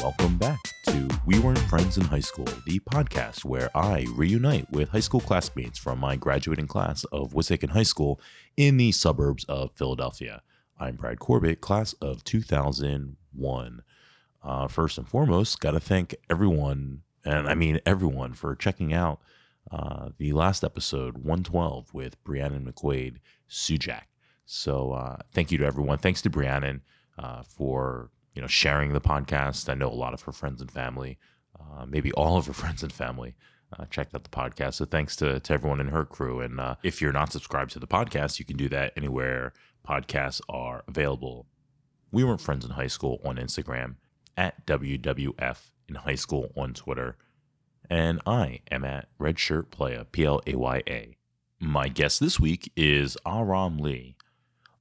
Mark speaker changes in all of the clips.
Speaker 1: Welcome back to We Weren't Friends in High School, the podcast where I reunite with high school classmates from my graduating class of Wissahickon High School in the suburbs of Philadelphia. I'm Brad Corbett, class of 2001. Uh, first and foremost, got to thank everyone, and I mean everyone, for checking out uh, the last episode, 112, with Brianna McQuaid Sujak. So uh, thank you to everyone. Thanks to Brianna uh, for you know sharing the podcast. I know a lot of her friends and family, uh, maybe all of her friends and family, uh, checked out the podcast. So thanks to, to everyone in her crew. And uh, if you're not subscribed to the podcast, you can do that anywhere podcasts are available. We weren't friends in high school on Instagram at WWF in high school on Twitter, and I am at Redshirt Playa P L A Y A. My guest this week is Aram Lee.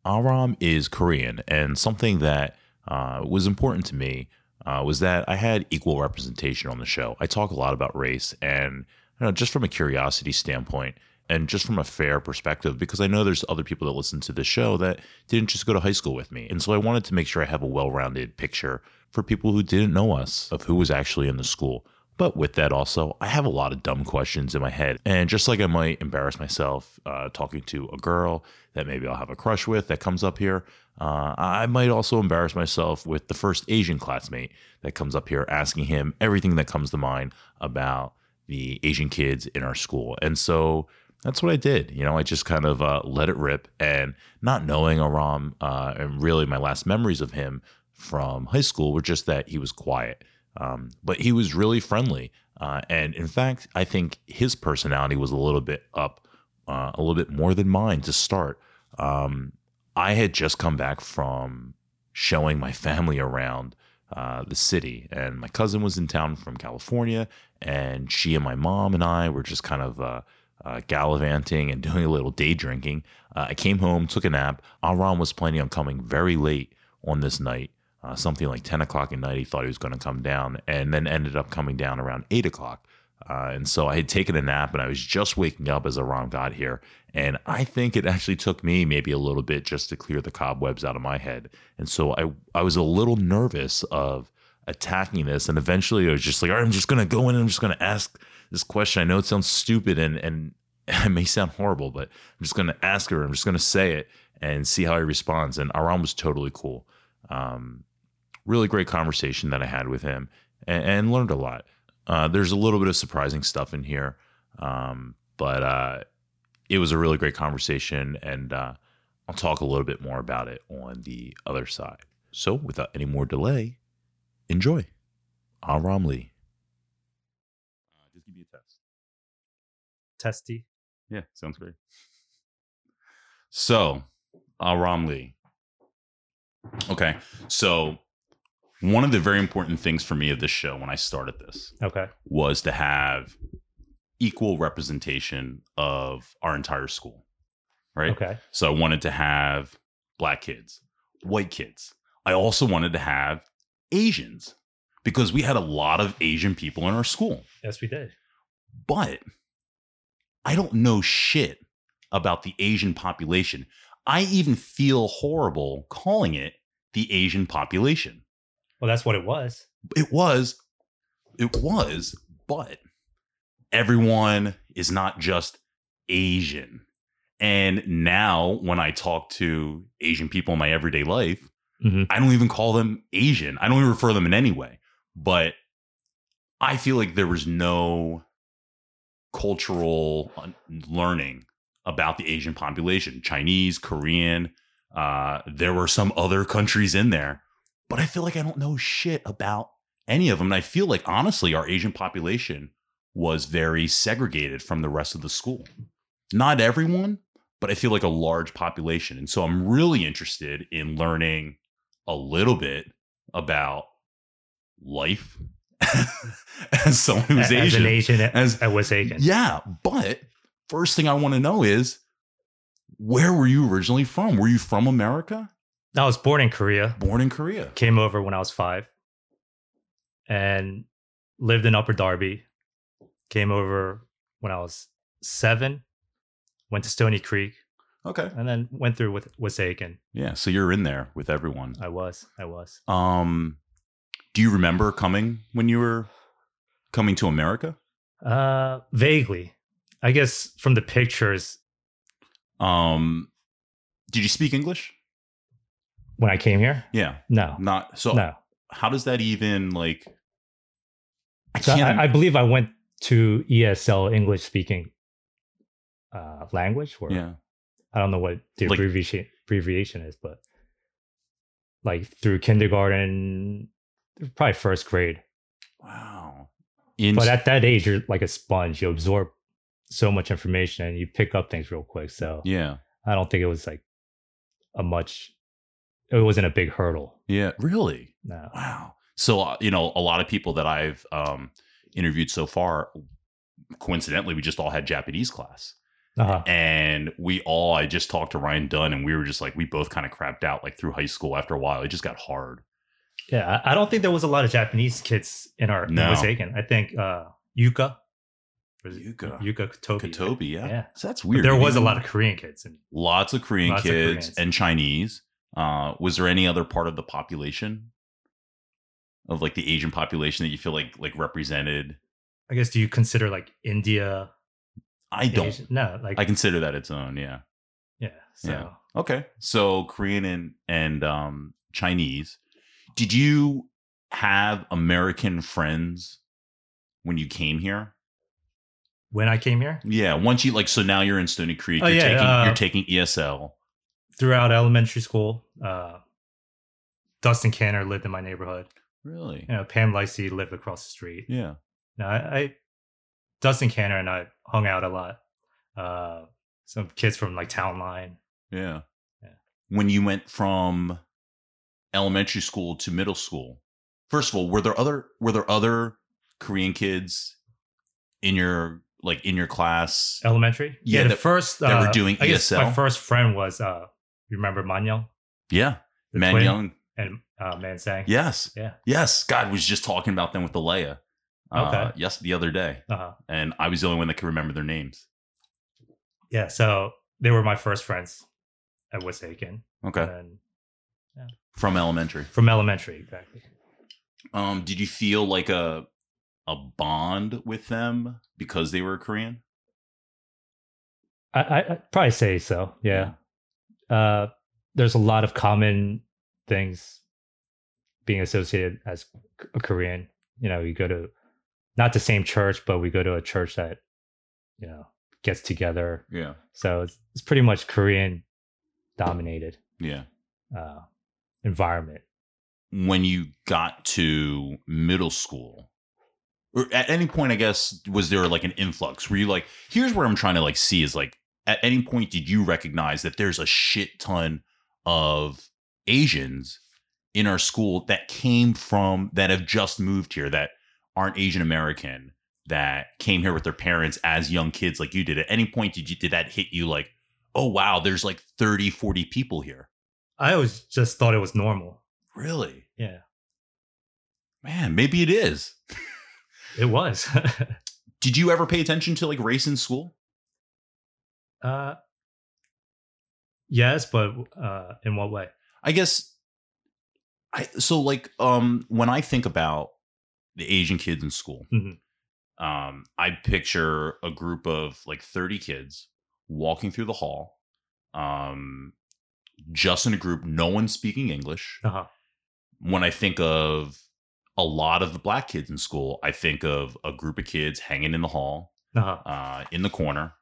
Speaker 1: Aram is Korean, and something that uh, was important to me uh, was that I had equal representation on the show. I talk a lot about race, and you know, just from a curiosity standpoint, and just from a fair perspective, because I know there's other people that listen to the show that didn't just go to high school with me, and so I wanted to make sure I have a well-rounded picture for people who didn't know us of who was actually in the school. But with that, also, I have a lot of dumb questions in my head. And just like I might embarrass myself uh, talking to a girl that maybe I'll have a crush with that comes up here, uh, I might also embarrass myself with the first Asian classmate that comes up here, asking him everything that comes to mind about the Asian kids in our school. And so that's what I did. You know, I just kind of uh, let it rip and not knowing Aram, uh, and really my last memories of him from high school were just that he was quiet. Um, but he was really friendly. Uh, and in fact, I think his personality was a little bit up, uh, a little bit more than mine to start. Um, I had just come back from showing my family around uh, the city, and my cousin was in town from California, and she and my mom and I were just kind of uh, uh, gallivanting and doing a little day drinking. Uh, I came home, took a nap. Aram was planning on coming very late on this night, uh, something like 10 o'clock at night. He thought he was going to come down, and then ended up coming down around 8 o'clock. Uh, and so I had taken a nap and I was just waking up as Aram got here. And I think it actually took me maybe a little bit just to clear the cobwebs out of my head. And so I, I was a little nervous of attacking this. And eventually I was just like, all right, I'm just going to go in and I'm just going to ask this question. I know it sounds stupid and, and it may sound horrible, but I'm just going to ask her. I'm just going to say it and see how he responds. And Aram was totally cool. Um, really great conversation that I had with him and, and learned a lot. Uh, there's a little bit of surprising stuff in here, um, but uh, it was a really great conversation, and uh, I'll talk a little bit more about it on the other side. So, without any more delay, enjoy. Aram Lee.
Speaker 2: Uh, just give me a test.
Speaker 3: testy.
Speaker 2: Yeah, sounds great. So, Aram Lee. Okay, so one of the very important things for me of this show when I started this
Speaker 3: Okay.
Speaker 2: was to have equal representation of our entire school, right?
Speaker 3: Okay.
Speaker 2: So I wanted to have black kids, white kids. I also wanted to have Asians because we had a lot of Asian people in our school.
Speaker 3: Yes, we did.
Speaker 2: but I don't know shit about the Asian population. I even feel horrible calling it the Asian population.
Speaker 3: Well, that's what it was.
Speaker 2: It was, it was, but everyone is not just Asian. And now when I talk to Asian people in my everyday life,
Speaker 3: Mhm.
Speaker 2: I don't even call them Asian. I don't even refer to them in any way. But I feel like there was no cultural un- learning about the Asian population Chinese, Korean. Uh, there were some other countries in there, but I feel like I don't know shit about any of them. And I feel like, honestly, our Asian population was very segregated from the rest of the school. Not everyone, but I feel like a large population. And so I'm really interested in learning a little bit about life as someone who's
Speaker 3: A- As
Speaker 2: Asian.
Speaker 3: an Asian at,
Speaker 2: As-
Speaker 3: at Wasakin.
Speaker 2: Yeah, but first thing I want to know is where were you originally from? Were you from America?
Speaker 3: I was born in Korea,
Speaker 2: Born in Korea.
Speaker 3: came over when I was five, and lived in Upper Darby. Came over when I was seven, went to Stony Creek,
Speaker 2: Okay.
Speaker 3: and then went through with Wasakin.
Speaker 2: Yeah, so you're in there with everyone.
Speaker 3: I was. I was.
Speaker 2: Um
Speaker 1: Do you remember coming when you were coming to America?
Speaker 3: Uh, vaguely, I guess from the pictures
Speaker 1: Um, did you speak English?
Speaker 3: when I came here.
Speaker 1: Yeah,
Speaker 3: No,
Speaker 1: not so.
Speaker 3: no.
Speaker 1: How does that even like? I
Speaker 3: So
Speaker 1: can't.
Speaker 3: I, I believe I went to ESL English speaking uh, language, or
Speaker 1: yeah,
Speaker 3: I don't know what the
Speaker 1: Like-
Speaker 3: abbreviation abbreviation is, but like through kindergarten, probably first grade.
Speaker 1: wow. In
Speaker 3: But at that age, you're like a sponge; you absorb so much information and you pick up things real quick. So
Speaker 1: yeah,
Speaker 3: I don't think it was like a much. It wasn't a big hurdle.
Speaker 1: yeah, really.
Speaker 3: No.
Speaker 1: Wow. So, uh, you know, a lot of people that I've um, interviewed so far, coincidentally, we just all had Japanese class.
Speaker 3: Uh-huh.
Speaker 1: And we all, I just talked to Ryan Dunn and we were just like, we both kind of crapped out like through high school after a while. It just got hard.
Speaker 3: Yeah, I I don't think there was a lot of Japanese kids in our
Speaker 1: No.
Speaker 3: no. Wasaken. I think uh, Yuka, Was it
Speaker 1: Yuka.
Speaker 3: Yuka Kotobi.
Speaker 1: Kotobi, yeah.
Speaker 3: Yeah.
Speaker 1: So that's
Speaker 3: But
Speaker 1: weird.
Speaker 3: There
Speaker 1: We
Speaker 3: was a
Speaker 1: didn't-
Speaker 3: lot of Korean kids. And
Speaker 1: lots of Korean
Speaker 3: Lots of
Speaker 1: kids
Speaker 3: Koreans.
Speaker 1: and Chinese. Uh, was there any other part of the population of like the Asian population that you feel like like represented?
Speaker 3: I guess do you consider like India?
Speaker 1: I don't.
Speaker 3: Asian- No, like
Speaker 1: I consider that its own. Yeah.
Speaker 3: yeah. So
Speaker 1: Yeah. Okay. So Korean and and um, Chinese. Did you have American friends when you came here?
Speaker 3: when I came here,
Speaker 1: Yeah. Once you like, so now you're in Stony Creek.
Speaker 3: Oh,
Speaker 1: you're
Speaker 3: yeah,
Speaker 1: taking
Speaker 3: uh,
Speaker 1: you're taking E ESL.
Speaker 3: throughout elementary school, uh, Dustin Canner lived in my neighborhood.
Speaker 1: Really?
Speaker 3: You know, Pam Lysey lived across the street.
Speaker 1: Yeah.
Speaker 3: No, I, I Dustin Canner and I hung out a lot. Uh, some kids from like Town Line.
Speaker 1: Yeah.
Speaker 3: Yeah.
Speaker 1: When you went from elementary school to middle school, first of all, were there other were there other Korean kids in your like in your class?
Speaker 3: elementary.
Speaker 1: Yeah,
Speaker 3: the
Speaker 1: that-
Speaker 3: first
Speaker 1: that were doing
Speaker 3: Uh,
Speaker 1: E
Speaker 3: I guess
Speaker 1: ESL?
Speaker 3: My first friend was uh, you remember Manyoung,
Speaker 1: Yeah.
Speaker 3: the
Speaker 1: Man
Speaker 3: twin,
Speaker 1: Young.
Speaker 3: and uh, Man Sang.
Speaker 1: Yes.
Speaker 3: Yeah.
Speaker 1: Yes. God was just talking about them with Alea. Uh,
Speaker 3: Okay.
Speaker 1: yes, the other day,
Speaker 3: Uh-huh.
Speaker 1: and I was the only one that could remember their names.
Speaker 3: Yeah. So they were my first friends at Wissahickon.
Speaker 1: Okay,
Speaker 3: And
Speaker 1: from elementary.
Speaker 3: from elementary, exactly.
Speaker 1: Um, did you feel like a a bond with them because they were Korean?
Speaker 3: I, I I'd probably say so. Yeah. Uh, there's a lot of common things being associated as a Korean. You know, you go to not the same church, but we go to a church that you know gets together.
Speaker 1: Yeah.
Speaker 3: So it's, it's pretty much Korean dominated
Speaker 1: Yeah.
Speaker 3: uh, environment.
Speaker 1: When you got to middle school, or at any point, I guess, was there like an influx? Were you like, here's where I'm trying to like see is like, at any point, did you recognize that there's a shit ton of Asians in our school that came from that have just moved here that aren't Asian American that came here with their parents as young kids like you did? At any point, did you did that hit you like, oh wow, there's like 30, 40 people here?
Speaker 3: I always just thought it was normal.
Speaker 1: Really?
Speaker 3: Yeah,
Speaker 1: Man, maybe it is.
Speaker 3: it was.
Speaker 1: Did you ever pay attention to like race in school?
Speaker 3: uh, yes, but uh, in what way?
Speaker 1: I guess I so like um when I think about the Asian kids in school,
Speaker 3: Mhm.
Speaker 1: um, I picture a group of like 30 kids walking through the hall, um, just in a group, no one speaking English.
Speaker 3: Uh-huh.
Speaker 1: When I think of a lot of the black kids in school, I think of a group of kids hanging in the hall,
Speaker 3: Uh-huh.
Speaker 1: uh, in the corner.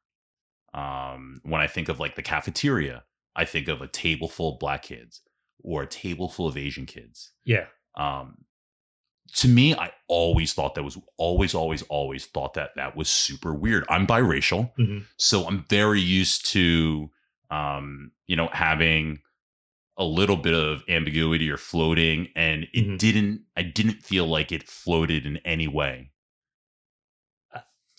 Speaker 1: Um, when I think of like the cafeteria, I think of a table full of black kids or a table full of Asian kids.
Speaker 3: Yeah,
Speaker 1: Um, to me, I always thought that was always, always, always thought that that was super weird. I'm biracial,
Speaker 3: Mhm.
Speaker 1: so I'm very used to, um, you know, having a little bit of ambiguity or floating, and it
Speaker 3: Mhm.
Speaker 1: didn't. I didn't feel like it floated in any way.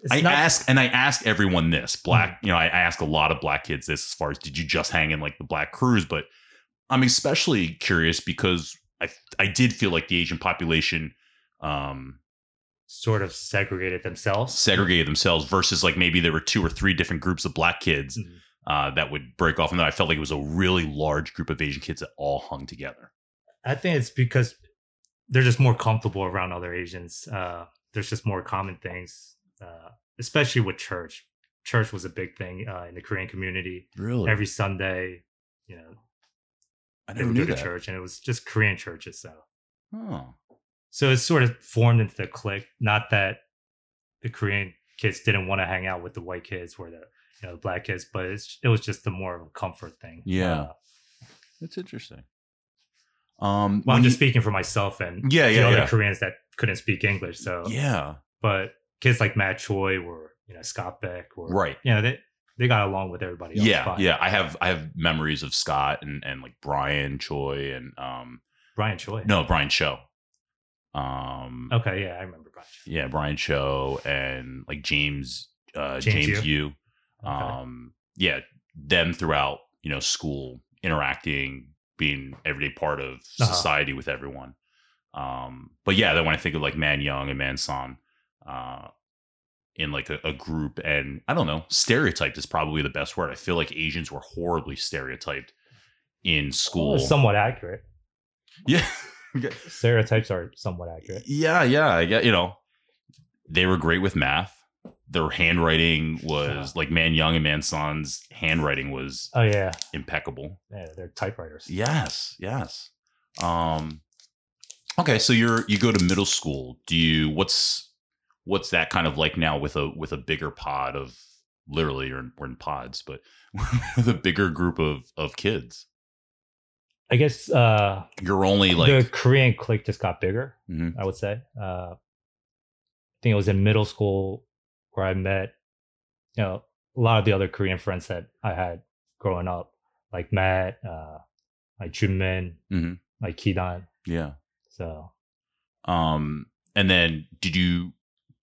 Speaker 3: it's
Speaker 1: I
Speaker 3: not.
Speaker 1: ask and I ask everyone this black, you know, I, I ask a lot of black kids this as far as did you just hang in like the black crews? But I'm especially curious because I I did feel like the Asian population um
Speaker 3: sort of segregated themselves.
Speaker 1: segregated themselves versus like maybe there were two or three different groups of black kids
Speaker 3: Mhm.
Speaker 1: uh, that would break off and then I felt like it was a really large group of Asian kids that all hung together.
Speaker 3: I think it's because they're just more comfortable around other Asians. Uh, there's just more common things, uh, especially with church. Church was a big thing uh, in the Korean community.
Speaker 4: Really?
Speaker 3: Every Sunday, you know,
Speaker 1: I
Speaker 3: they
Speaker 1: never
Speaker 3: would
Speaker 1: knew
Speaker 3: go to
Speaker 1: that.
Speaker 3: church, and it was just Korean churches. So,
Speaker 1: Oh,
Speaker 3: so it's sort of formed into the clique. Not that the Korean kids didn't want to hang out with the white kids or the you know the black kids, but it's, it was just the more of a comfort thing.
Speaker 1: Yeah.
Speaker 3: Uh,
Speaker 1: that's interesting. Um,
Speaker 3: well,
Speaker 1: when
Speaker 3: I'm just
Speaker 1: you-
Speaker 3: speaking for myself and
Speaker 1: yeah,
Speaker 3: the
Speaker 1: yeah,
Speaker 3: other
Speaker 1: yeah,
Speaker 3: Koreans that couldn't speak English. So
Speaker 1: yeah,
Speaker 3: but kids like Matt Choi or you know Scott Beck or
Speaker 1: right.
Speaker 3: you know they they got along with everybody. Else
Speaker 1: Yeah,
Speaker 3: fine.
Speaker 1: yeah. I have I have memories of Scott and and like Brian Choi and um
Speaker 3: Brian Choi.
Speaker 1: no Brian Cho, um
Speaker 3: Okay. Yeah, I remember Brian. Choi.
Speaker 1: yeah Brian Cho and like James uh
Speaker 3: James
Speaker 1: James, Yu.
Speaker 3: Okay.
Speaker 1: um yeah them throughout you know school interacting being everyday part of
Speaker 3: Uh-huh.
Speaker 1: society with everyone um but yeah then when i think of like man young and man son uh in like a, a group and i don't know stereotyped is probably the best word i feel like asians were horribly stereotyped in school
Speaker 3: Well, somewhat accurate.
Speaker 1: yeah
Speaker 3: Stereotypes are somewhat accurate.
Speaker 1: yeah yeah i get you know they were great with math their handwriting was like man young and man son's handwriting was
Speaker 3: Oh yeah,
Speaker 1: impeccable.
Speaker 3: yeah they're typewriters.
Speaker 1: Yes, yes. Um Okay, so you're you go to middle school. Do you what's what's that kind of like now with a with a bigger pod of literally or we're in pods, but with a bigger group of of kids.
Speaker 3: I guess uh,
Speaker 1: You're only
Speaker 3: the
Speaker 1: like
Speaker 3: Korean clique just got bigger.
Speaker 1: Mhm.
Speaker 3: I would say. Uh, I think it was in middle school where I met, you know, a lot of the other Korean friends that I had growing up, like Matt, uh, like Junmin,
Speaker 1: Mhm.
Speaker 3: like Kidan.
Speaker 1: yeah.
Speaker 3: So
Speaker 1: Um and then did you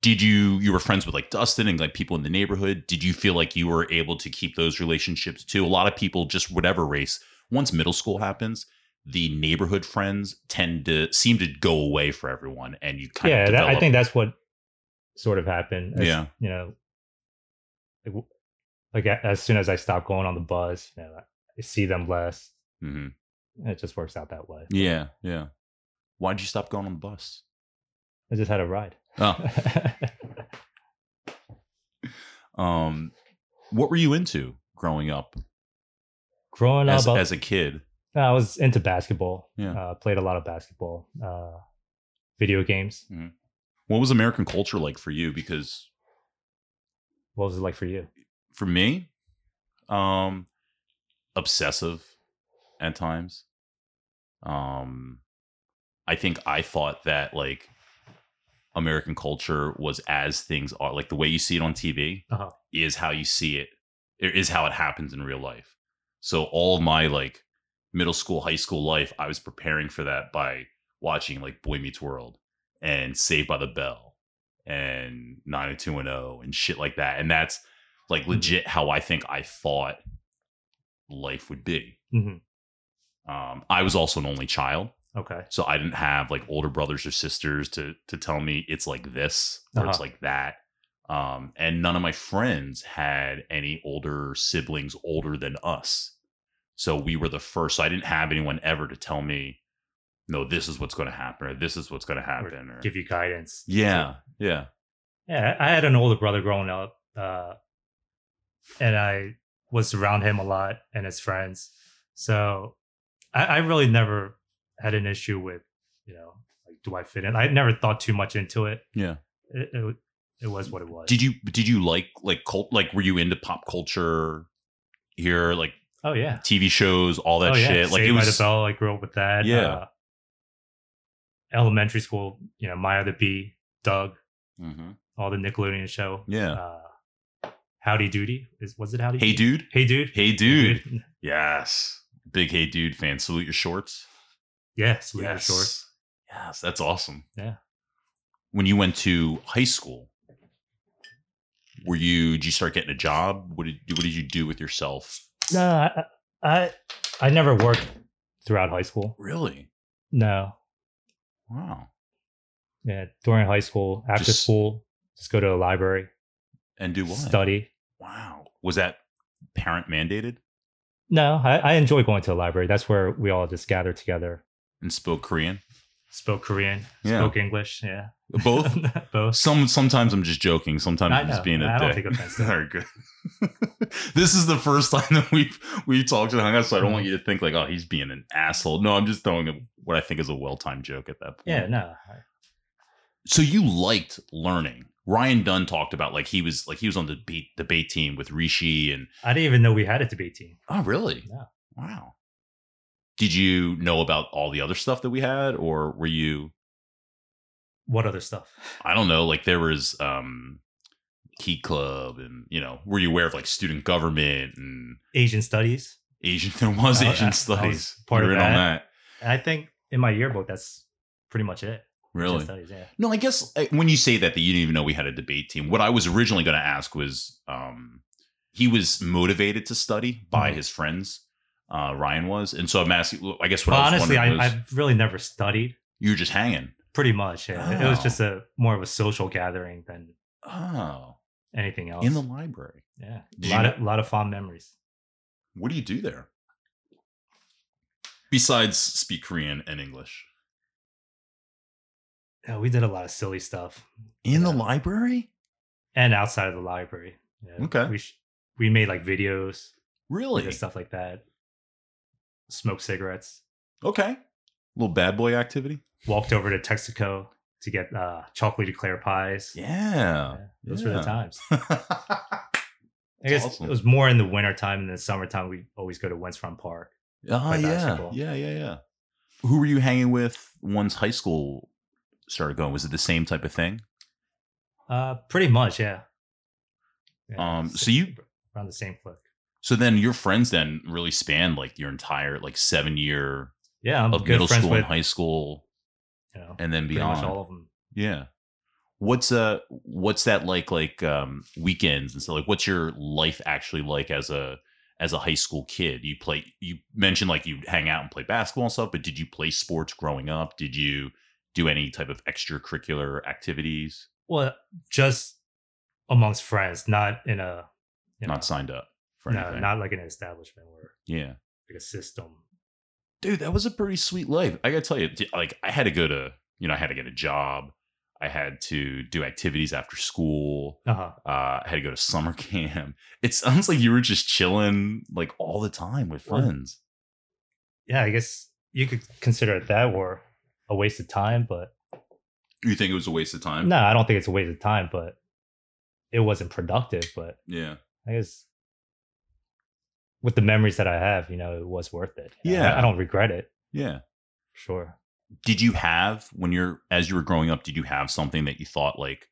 Speaker 1: did you you were friends with like Dustin and like people in the neighborhood? Did you feel like you were able to keep those relationships too? A lot of people just whatever race, once middle school happens, the neighborhood friends tend to seem to go away for everyone and you kind
Speaker 3: yeah,
Speaker 1: of
Speaker 3: that,
Speaker 1: develop,
Speaker 3: I think that's what sort of happened. as-
Speaker 1: Yeah.
Speaker 3: you know, like, w- like a- as soon as I stop going on the bus, you know, I see them less.
Speaker 1: hmm
Speaker 3: and It just works out that way.
Speaker 1: Yeah, yeah. Why'd you stop going on the bus?
Speaker 3: I just had a ride.
Speaker 1: Oh. Um what were you into growing up
Speaker 3: Growing
Speaker 1: as,
Speaker 3: up, I-
Speaker 1: as a kid?
Speaker 3: No, I was into basketball.
Speaker 1: Yeah.
Speaker 3: Uh, played a lot of basketball. Uh, video games.
Speaker 1: What was American culture like for you? Because
Speaker 3: What was it like for you?
Speaker 1: for me, um, obsessive at times. Um, I think I thought that like American culture was as things are, like the way you see it on TV
Speaker 3: Uh-huh.
Speaker 1: is how you see it, it is how it happens in real life. So all of my like middle school, high school life, I was preparing for that by watching like Boy Meets World and Saved by the Bell and 90210 and shit like that. And that's like legit how I think I thought life would be.
Speaker 3: hmm
Speaker 1: Um, I was also an only child,
Speaker 3: Okay.
Speaker 1: so I didn't have like older brothers or sisters to to tell me it's like this or it's
Speaker 3: Uh-huh.
Speaker 1: like that. Um, and none of my friends had any older siblings older than us. So we were the first. So I didn't have anyone ever to tell me, no, this is what's going to happen or this is what's going to happen. Or,
Speaker 3: Give you guidance.
Speaker 1: yeah, yeah.
Speaker 3: Yeah. I I had an older brother growing up, uh, and I was around him a lot and his friends. So I, I really never had an issue with, you know, like, do I fit in? I never thought too much into it.
Speaker 1: Yeah.
Speaker 3: It, it, it was what it was.
Speaker 1: Did you did you like like cult like were you into pop culture here like
Speaker 3: Oh, yeah.
Speaker 1: TV shows, all that
Speaker 3: oh, yeah.
Speaker 1: shit. Like
Speaker 3: Saved
Speaker 1: it
Speaker 3: by the
Speaker 1: was
Speaker 3: Bell. I grew up with that.
Speaker 1: Yeah.
Speaker 3: Uh, elementary school, you know, Maya the Bee, Doug,
Speaker 1: Mhm.
Speaker 3: all the Nickelodeon show.
Speaker 1: yeah.
Speaker 3: Uh, Howdy Doody is was it Howdy?
Speaker 1: Hey
Speaker 3: Doody?
Speaker 1: dude,
Speaker 3: Hey dude.
Speaker 1: hey dude. Yes, big hey dude fan. Salute your shorts.
Speaker 3: Yeah, salute your shorts.
Speaker 1: Yes, that's awesome.
Speaker 3: Yeah.
Speaker 1: When you went to high school, were you? Did you start getting a job? What did What did you do with yourself?
Speaker 3: No, I, I I never worked throughout high school.
Speaker 1: Really?
Speaker 3: No.
Speaker 1: Wow.
Speaker 3: Yeah, during high school, after
Speaker 1: Just-
Speaker 3: school, just go to the library,
Speaker 1: And do what?
Speaker 3: study.
Speaker 1: Wow. Was that parent mandated?
Speaker 3: No, I, I enjoy going to the library. That's where we all just gather together.
Speaker 1: And spoke Korean.
Speaker 3: spoke Korean,
Speaker 1: Yeah.
Speaker 3: spoke English. Yeah,
Speaker 1: Both.
Speaker 3: both.
Speaker 1: Some sometimes I'm just joking. Sometimes
Speaker 3: I
Speaker 1: I'm just
Speaker 3: know.
Speaker 1: being a
Speaker 3: I don't
Speaker 1: dick.
Speaker 3: take offense to
Speaker 1: All
Speaker 3: that.
Speaker 1: right, good. this is the first time that we've we've talked and hung out, so I don't
Speaker 3: Mm-hmm.
Speaker 1: want you to think like, oh, he's being an asshole. No, I'm just throwing a, what I think is a well-timed joke at that point.
Speaker 3: Yeah, no.
Speaker 1: So you liked learning. Ryan Dunn talked about like he was like he was on the beat debate team with Rishi and
Speaker 3: I didn't even know we had a debate team.
Speaker 1: oh really?
Speaker 3: Yeah.
Speaker 1: Wow. Did you know about all the other stuff that we had, or were you
Speaker 3: What other stuff?
Speaker 1: I don't know, like there was um Key Club and you know, were you aware of like student government and
Speaker 3: Asian studies.
Speaker 1: Asian there was
Speaker 3: Oh, I-
Speaker 1: Asian
Speaker 3: I was
Speaker 1: studies.
Speaker 3: part
Speaker 1: you were
Speaker 3: of
Speaker 1: in on
Speaker 3: that.
Speaker 1: that.
Speaker 3: And I think in my yearbook, that's pretty much it. Asian
Speaker 1: Really?
Speaker 3: Studies, yeah.
Speaker 1: No, I guess uh, when you say that that you didn't even know we had a debate team. What I was originally going to ask was um he was motivated to study by
Speaker 3: Mhm.
Speaker 1: his friends. Uh Ryan was. And so I'm asking I guess what
Speaker 3: Well,
Speaker 1: I was
Speaker 3: honestly, I,
Speaker 1: wondering was
Speaker 3: I've really never studied.
Speaker 1: you were just hanging.
Speaker 3: Pretty much, yeah. It was
Speaker 1: Oh.
Speaker 3: just a more of a social gathering than
Speaker 1: Oh,
Speaker 3: anything else.
Speaker 1: in the library.
Speaker 3: yeah,
Speaker 1: Did
Speaker 3: a
Speaker 1: you
Speaker 3: lot
Speaker 1: know-
Speaker 3: of lot of fond memories.
Speaker 1: What do you do there? Besides speak Korean and English.
Speaker 3: Yeah, we did a lot of silly stuff,
Speaker 1: In the
Speaker 3: Yeah.
Speaker 1: library?
Speaker 3: and outside of the library. Yeah,
Speaker 1: Okay.
Speaker 3: we sh- we made like videos
Speaker 1: Really?
Speaker 3: and stuff like that. Smoked cigarettes.
Speaker 1: Okay. little bad boy activity?
Speaker 3: Walked over to Texaco to get uh, chocolate eclair pies.
Speaker 1: Yeah.
Speaker 3: Yeah, those were
Speaker 1: Yeah.
Speaker 3: the times. I guess
Speaker 1: awesome.
Speaker 3: it was more in the wintertime than the summertime. We always go to Wentz Farm Park.
Speaker 1: Ah,
Speaker 3: Play
Speaker 1: yeah.
Speaker 3: basketball.
Speaker 1: Yeah, yeah, yeah. Who were you hanging with once high school started going? Was it the same type of thing?
Speaker 3: Uh, pretty much, yeah. Yeah,
Speaker 1: Um,
Speaker 3: sa-
Speaker 1: so you-
Speaker 3: around the same clique.
Speaker 1: So then your friends then really spanned like your entire like seven year
Speaker 3: Yeah, I'm
Speaker 1: of
Speaker 3: good
Speaker 1: middle
Speaker 3: friends
Speaker 1: school
Speaker 3: with
Speaker 1: and high school
Speaker 3: you know,
Speaker 1: and then
Speaker 3: pretty
Speaker 1: beyond.
Speaker 3: much all of them.
Speaker 1: Yeah. What's uh what's that like like um weekends and stuff like what's your life actually like as a as a high school kid? You play you mentioned like you hang out and play basketball and stuff, but did you play sports growing up? Did you do any type of extracurricular activities?
Speaker 3: Well, just amongst friends, not in a you know,
Speaker 1: Not signed up for
Speaker 3: no,
Speaker 1: anything.
Speaker 3: not like in an establishment or
Speaker 1: yeah.
Speaker 3: like a system.
Speaker 1: dude, that was a pretty sweet life. I gotta tell you, d- like I had to go to, you know, I had to get a job. I had to do activities after school.
Speaker 3: Uh huh.
Speaker 1: Uh, I had to go to summer camp. It sounds like you were just chilling like all the time with
Speaker 3: Well-
Speaker 1: friends.
Speaker 3: Yeah, I guess you could consider it that or a waste of time, but
Speaker 1: You think it was a waste of time?
Speaker 3: no, I don't think it's a waste of time, but it wasn't productive. But
Speaker 1: Yeah.
Speaker 3: I guess with the memories that I have, you know, it was worth it. You know, I-
Speaker 1: Yeah.
Speaker 3: I don't regret it.
Speaker 1: Yeah.
Speaker 3: Sure.
Speaker 1: Did you have when you're as you were growing up, did you have something that you thought like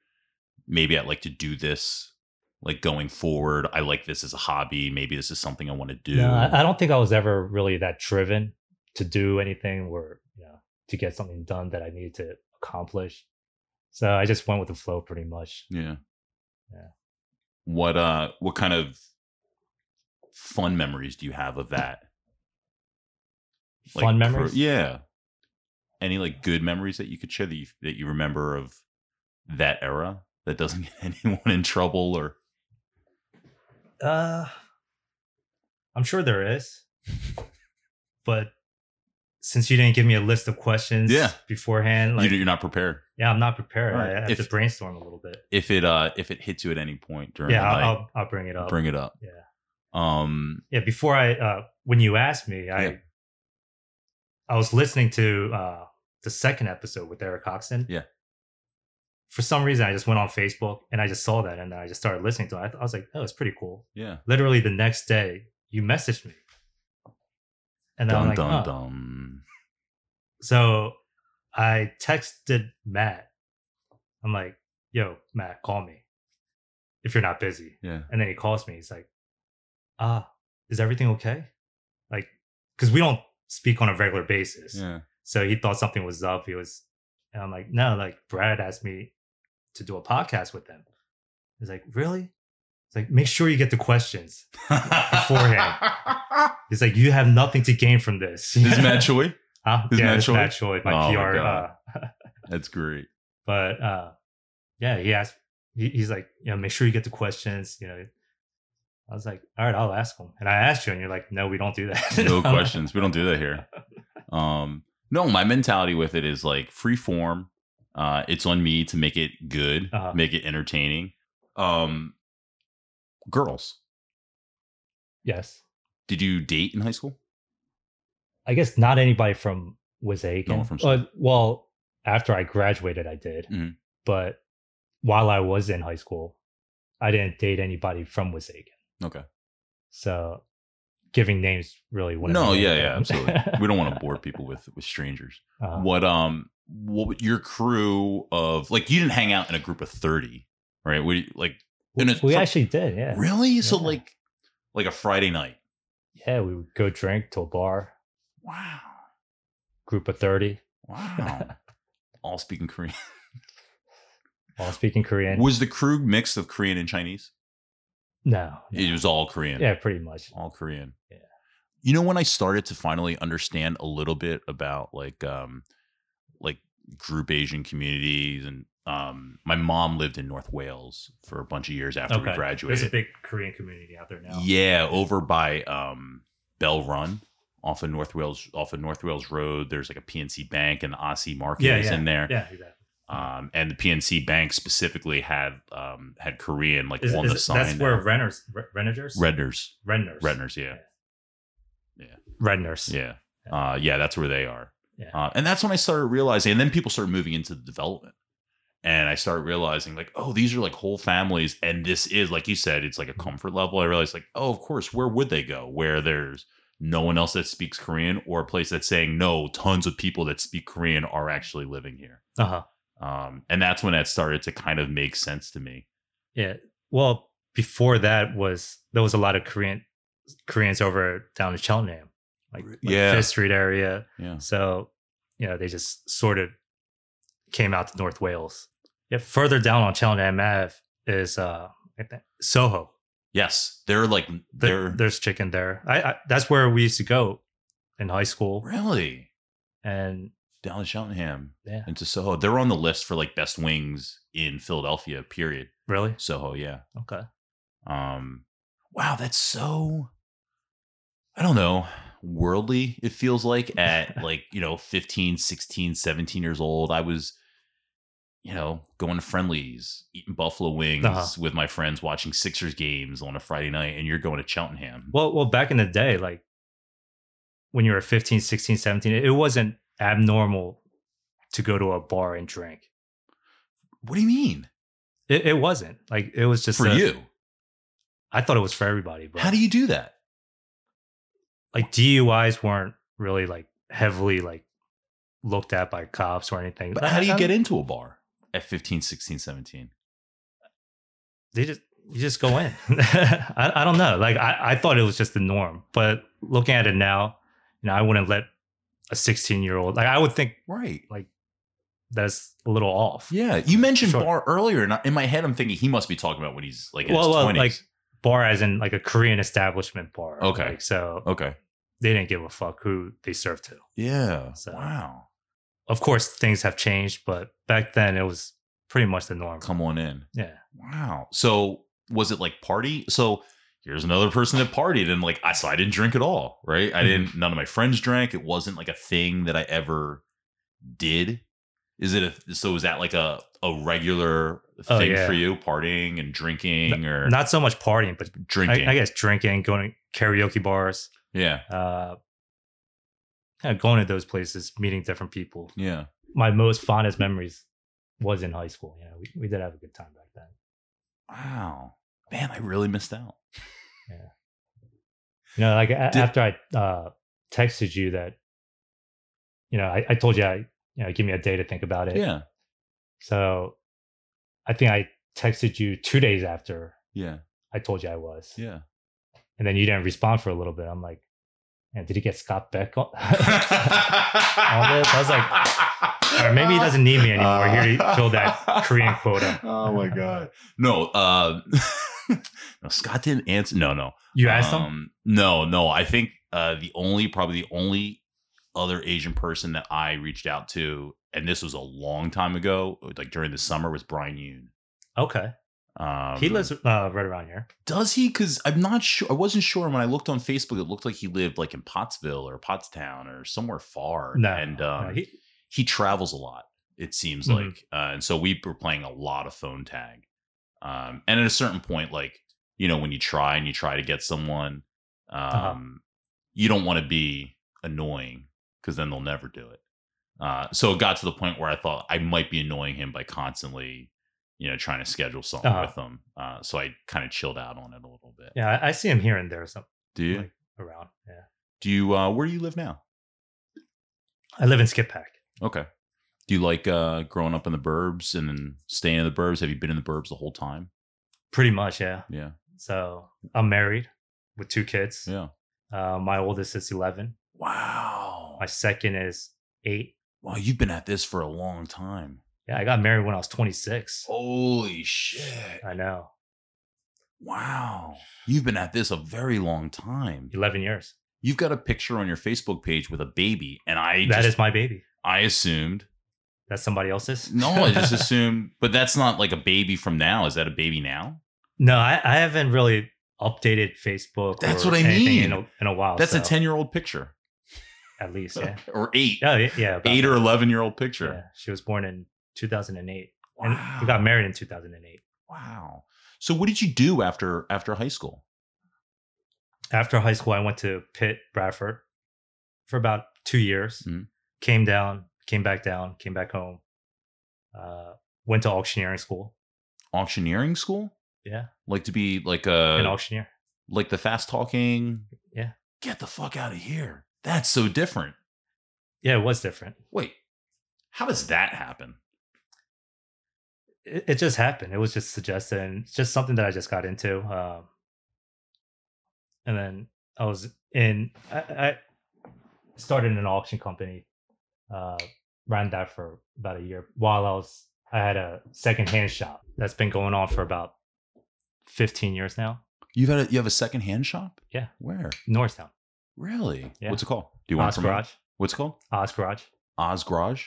Speaker 1: maybe I'd like to do this like going forward? I like this as a hobby. Maybe this is something I want to do.
Speaker 3: No, I, I don't think I was ever really that driven to do anything or you know to get something done that I needed to accomplish. So I just went with the flow pretty much.
Speaker 1: Yeah.
Speaker 3: Yeah.
Speaker 1: What uh what kind of fun memories do you have of that? Like,
Speaker 3: Fun
Speaker 1: cur-
Speaker 3: memories.
Speaker 1: yeah. Any like good memories that you could share that you that you remember of that era that doesn't get anyone in trouble or
Speaker 3: Uh, I'm sure there is, but since you didn't give me a list of questions
Speaker 1: Yeah.
Speaker 3: beforehand, like
Speaker 1: you, are not prepared.
Speaker 3: yeah, I'm not prepared.
Speaker 1: All right.
Speaker 3: I have to
Speaker 1: If-
Speaker 3: brainstorm a little bit.
Speaker 1: If it uh if it hits you at any point during
Speaker 3: Yeah,
Speaker 1: the
Speaker 3: I'll,
Speaker 1: night,
Speaker 3: I'll I'll bring it up.
Speaker 1: bring it up.
Speaker 3: Yeah.
Speaker 1: Um
Speaker 3: yeah before i uh when you asked me i
Speaker 1: Yeah.
Speaker 3: i was listening to uh the second episode with eric coxon
Speaker 1: Yeah.
Speaker 3: for some reason i just went on facebook and i just saw that and i just started listening to it i, th- I was like oh it's pretty cool
Speaker 1: yeah.
Speaker 3: literally the next day you messaged me and then i'm
Speaker 1: Dum
Speaker 3: like
Speaker 1: dum
Speaker 3: huh.
Speaker 1: dum.
Speaker 3: so i texted matt i'm like yo matt call me if you're not busy
Speaker 1: Yeah.
Speaker 3: and then he calls me. He's like, "Ah, is everything okay?" Like, because we don't speak on a regular basis,
Speaker 1: Yeah.
Speaker 3: so he thought something was up. He was, and I'm like, "No, like Brad asked me to do a podcast with him." He's like, "Really?" It's like, "Make sure you get the questions." Beforehand. He's like, "You have nothing to gain from this."
Speaker 1: This is Matt Choi.
Speaker 3: Huh?
Speaker 1: is
Speaker 3: yeah,
Speaker 1: Matt
Speaker 3: it's
Speaker 1: Choi?
Speaker 3: Matt Choi, my
Speaker 1: Oh my
Speaker 3: PR. uh,
Speaker 1: God. That's great.
Speaker 3: but uh, yeah, he asked. He, he's like, you know, make sure you get the questions. You know, I was like, all right, I'll ask him. And I asked you, and you're like, no, we don't do that.
Speaker 1: no
Speaker 3: I'm like,
Speaker 1: questions. We don't do that here. Um, No, my mentality with it is like free form. Uh, it's on me to make it good,
Speaker 3: Uh-huh.
Speaker 1: make it entertaining. Um, girls,
Speaker 3: Yes.
Speaker 1: did you date in high school?
Speaker 3: I guess not anybody from Wasakin.
Speaker 1: No one from-
Speaker 3: Uh, well, after I graduated, I did.
Speaker 1: Mhm.
Speaker 3: But while I was in high school, I didn't date anybody from Wasakin.
Speaker 1: Okay.
Speaker 3: So giving names really wouldn't
Speaker 1: No,
Speaker 3: mean
Speaker 1: yeah,
Speaker 3: anything.
Speaker 1: yeah, absolutely. we don't want to bore people with with strangers.
Speaker 3: Uh,
Speaker 1: What um, what would your crew of like you didn't hang out in a group of thirty, right? We like in a-
Speaker 3: we
Speaker 1: for-
Speaker 3: actually did, yeah.
Speaker 1: really so
Speaker 3: Yeah.
Speaker 1: like like a Friday night.
Speaker 3: Yeah, we would go drink to a bar,
Speaker 1: Wow,
Speaker 3: group of 30, Oh.
Speaker 1: wow. All speaking Korean.
Speaker 3: all speaking Korean.
Speaker 1: Was the crew mixed of Korean and Chinese?
Speaker 3: no. no.
Speaker 1: It was all Korean.
Speaker 3: Yeah, pretty much.
Speaker 1: all Korean.
Speaker 3: Yeah.
Speaker 1: You know when I started to finally understand a little bit about like um like group Asian communities and um my mom lived in North Wales for a bunch of years after we graduated.
Speaker 3: big Korean community out there
Speaker 1: Yeah, over by um Bell Run off of North Wales off of North Wales Road. There's like a PNC Bank and the Aussie Market
Speaker 3: Yeah,
Speaker 1: is in there.
Speaker 3: Yeah, exactly.
Speaker 1: Um, and the PNC Bank specifically had um had Korean like on the
Speaker 3: it-
Speaker 1: sign.
Speaker 3: That's where Renners, Re- Renners,
Speaker 1: Redners.
Speaker 3: Renners,
Speaker 1: Redners, yeah.
Speaker 3: Renners.
Speaker 1: Yeah. Uh, yeah, that's where they are.
Speaker 3: Yeah.
Speaker 1: Uh, and that's when I started realizing, and then people started moving into the development. And I started realizing, like, oh, these are like whole families. And this is, like you said, it's like a comfort level. I realized, like, oh, of course, where would they go? Where there's no one else that speaks Korean or a place that's saying, no, tons of people that speak Korean are actually living here.
Speaker 3: Uh huh.
Speaker 1: Um, and that's when that started to kind of make sense to me.
Speaker 3: Yeah. Well, before that was there was a lot of Korean Koreans over down in Cheltenham, like, like
Speaker 1: Yeah.
Speaker 3: Fifth Street area.
Speaker 1: Yeah.
Speaker 3: So you know they just sort of came out to North Wales. Yeah. Further down on Cheltenham Ave is uh I think Soho.
Speaker 1: Yes. They're like,
Speaker 3: There,
Speaker 1: they're,
Speaker 3: there's chicken there. I, I that's where we used to go in high school,
Speaker 1: really
Speaker 3: and
Speaker 1: down in Cheltenham.
Speaker 3: yeah,
Speaker 1: into Soho. They're on the list for like best wings in Philadelphia. Period.
Speaker 3: really
Speaker 1: Soho, yeah.
Speaker 3: okay.
Speaker 1: Um, wow, that's so. I don't know, worldly. It feels like at like you know 15, 16, 17 years old, I was, you know, going to friendlies, eating buffalo wings
Speaker 3: Uh-huh.
Speaker 1: with my friends, watching Sixers games on a Friday night, and you're going to Cheltenham.
Speaker 3: Well, well, back in the day, like when you were 15, 16, 17, it wasn't abnormal to go to a bar and drink.
Speaker 1: What do you mean
Speaker 3: It, it wasn't like it was just
Speaker 1: for
Speaker 3: a-
Speaker 1: you?
Speaker 3: I thought it was for everybody, but
Speaker 1: How do you do that?
Speaker 3: like DUIs weren't really like heavily like looked at by cops or anything. um,
Speaker 1: But how do you get into a bar at 15, 16, 17?
Speaker 3: They just you just go in. I, I don't know. Like I, I thought it was just the norm, but looking at it now, you know, I wouldn't let a 16 year old like I would think
Speaker 1: Right.
Speaker 3: that's a little off.
Speaker 1: Yeah, you mentioned
Speaker 3: Sure.
Speaker 1: bar earlier, and I- in my head, I'm thinking he must be talking about when he's like in
Speaker 3: Well,
Speaker 1: his
Speaker 3: well,
Speaker 1: 20s.
Speaker 3: like- bar as in like a Korean establishment bar.
Speaker 1: Okay.
Speaker 3: Like, so
Speaker 1: okay,
Speaker 3: they didn't give a fuck who they served to.
Speaker 1: yeah,
Speaker 3: So-
Speaker 1: wow,
Speaker 3: Of course, things have changed, but back then it was pretty much the norm.
Speaker 1: come on in,
Speaker 3: Yeah.
Speaker 1: wow. So was it like party? So here's another person that partied, and like I so I didn't drink at all, right? I
Speaker 3: Mhm.
Speaker 1: didn't. None of my friends drank. It wasn't like a thing that I ever did. Is it a so? Is that like a a regular
Speaker 3: Oh,
Speaker 1: thing
Speaker 3: yeah.
Speaker 1: for you, partying and drinking or
Speaker 3: Not so much partying, but
Speaker 1: drinking?
Speaker 3: I, I guess drinking, going to karaoke bars,
Speaker 1: yeah,
Speaker 3: uh, yeah, going to those places, meeting different people.
Speaker 1: yeah.
Speaker 3: My most fondest memories was in high school. You know, we, we did have a good time back then.
Speaker 1: Wow, man, I really missed out.
Speaker 3: You know, like a
Speaker 1: Did-
Speaker 3: after I uh, texted you that, you know, I, I told you, I, you know, give me a day to think about it.
Speaker 1: Yeah,
Speaker 3: So I think I texted you two days after
Speaker 1: yeah,
Speaker 3: I told you I was.
Speaker 1: yeah.
Speaker 3: And then you didn't respond for a little bit. I'm like, man, did he get Scott Beck on? I was
Speaker 1: like,
Speaker 3: or maybe he doesn't need me anymore. Here to fill that Korean quota.
Speaker 1: Uh, Oh my god. No, uh, no, Scott didn't answer. No, no.
Speaker 3: You asked him?
Speaker 1: Um, No, no. I think uh, the only, probably the only other Asian person that I reached out to, and this was a long time ago, like during the summer, was Brian Yoon.
Speaker 3: Okay.
Speaker 1: Um,
Speaker 3: he lives uh, right around here.
Speaker 1: Does he? Because I'm not sure. I wasn't sure when I looked on Facebook. It looked like he lived like in Pottsville or Pottstown or somewhere far.
Speaker 3: No,
Speaker 1: and
Speaker 3: no,
Speaker 1: um,
Speaker 3: he,
Speaker 1: he travels a lot. It seems
Speaker 3: Mhm.
Speaker 1: like, uh, and so we were playing a lot of phone tag. Um, and at a certain point, like you know, when you try and you try to get someone, um,
Speaker 3: Uh-huh.
Speaker 1: you don't want to be annoying because then they'll never do it. Uh, so it got to the point where I thought I might be annoying him by constantly, you know, trying to schedule something
Speaker 3: Uh-huh.
Speaker 1: with him. Uh, so I kind of chilled out on it a little bit.
Speaker 3: yeah, I, I see him here and there, some
Speaker 1: Do you?
Speaker 3: like, around. Yeah,
Speaker 1: do you? Uh, where do you live now?
Speaker 3: I live in Skip Pack.
Speaker 1: Okay. Do you like uh, growing up in the burbs and then staying in the burbs? Have you been in the burbs the whole time?
Speaker 3: Pretty much, yeah.
Speaker 1: Yeah.
Speaker 3: So I'm married with two kids.
Speaker 1: Yeah.
Speaker 3: Uh, my oldest is 11.
Speaker 1: Wow.
Speaker 3: My second is eight.
Speaker 1: wow, you've been at this for a long time.
Speaker 3: Yeah, I got married when I was 26.
Speaker 1: Holy shit.
Speaker 3: I know,
Speaker 1: Wow. You've been at this a very long time.
Speaker 3: 11 years.
Speaker 1: You've got a picture on your Facebook page with a baby, and I
Speaker 3: that
Speaker 1: just,
Speaker 3: is my baby.
Speaker 1: I assumed
Speaker 3: That's somebody else's.
Speaker 1: no, I just assumed, but that's not like a baby from now. Is that a baby now?
Speaker 3: no, I, I haven't really updated Facebook.
Speaker 1: That's
Speaker 3: or
Speaker 1: what I
Speaker 3: anything In
Speaker 1: mean.
Speaker 3: a, in a while.
Speaker 1: That's a
Speaker 3: so
Speaker 1: ten year old picture,
Speaker 3: At least, yeah.
Speaker 1: or eight,
Speaker 3: Oh, yeah. yeah about
Speaker 1: eight or
Speaker 3: that.
Speaker 1: eleven year old picture.
Speaker 3: Yeah, she was born in 2008. And
Speaker 1: Wow.
Speaker 3: we got married in 2008.
Speaker 1: Wow. So what did you do after after high school?
Speaker 3: After high school, I went to Pitt, Bradford for about two years.
Speaker 1: Mhm.
Speaker 3: Came down, came back down, came back home. Uh, went to auctioneering school.
Speaker 1: Auctioneering school?
Speaker 3: Yeah,
Speaker 1: Like to be like
Speaker 3: an
Speaker 1: a
Speaker 3: auctioneer.
Speaker 1: like the fast talking?
Speaker 3: Yeah.
Speaker 1: Get the fuck out of here. That's so different.
Speaker 3: Yeah, it was different.
Speaker 1: Wait. How does that happen?
Speaker 3: It, it just happened. It was just suggested and it's just something that I just got into. Um, and then I was in, I, I started an auction company, uh, ran that for about a year while I was, I had a secondhand shop that's been going on for about 15 years now,
Speaker 1: You've had a, you have a second hand shop?
Speaker 3: Yeah.
Speaker 1: Where?
Speaker 3: Norristown.
Speaker 1: Really?
Speaker 3: Yeah.
Speaker 1: What's it called? Do you want
Speaker 3: Oz
Speaker 1: to promote?
Speaker 3: Garage.
Speaker 1: What's it called?
Speaker 3: Oz Garage.
Speaker 1: Oz Garage?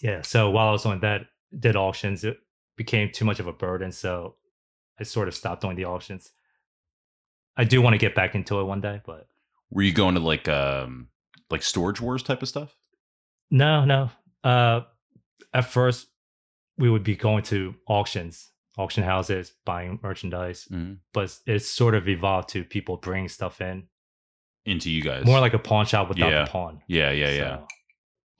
Speaker 3: Yeah. So while I was on that, did auctions, it became too much of a burden. So I sort of stopped doing the auctions. I do want to get back into it one day, but
Speaker 1: Were you going to like um like storage wars type of stuff?
Speaker 3: no, no. Uh, at first, we would be going to auctions, auction houses, buying merchandise,
Speaker 1: Mhm.
Speaker 3: but it's sort of evolved to people bringing stuff in,
Speaker 1: Into you guys.
Speaker 3: more like a pawn shop without
Speaker 1: Yeah.
Speaker 3: the pawn.
Speaker 1: Yeah, yeah, yeah.
Speaker 3: So,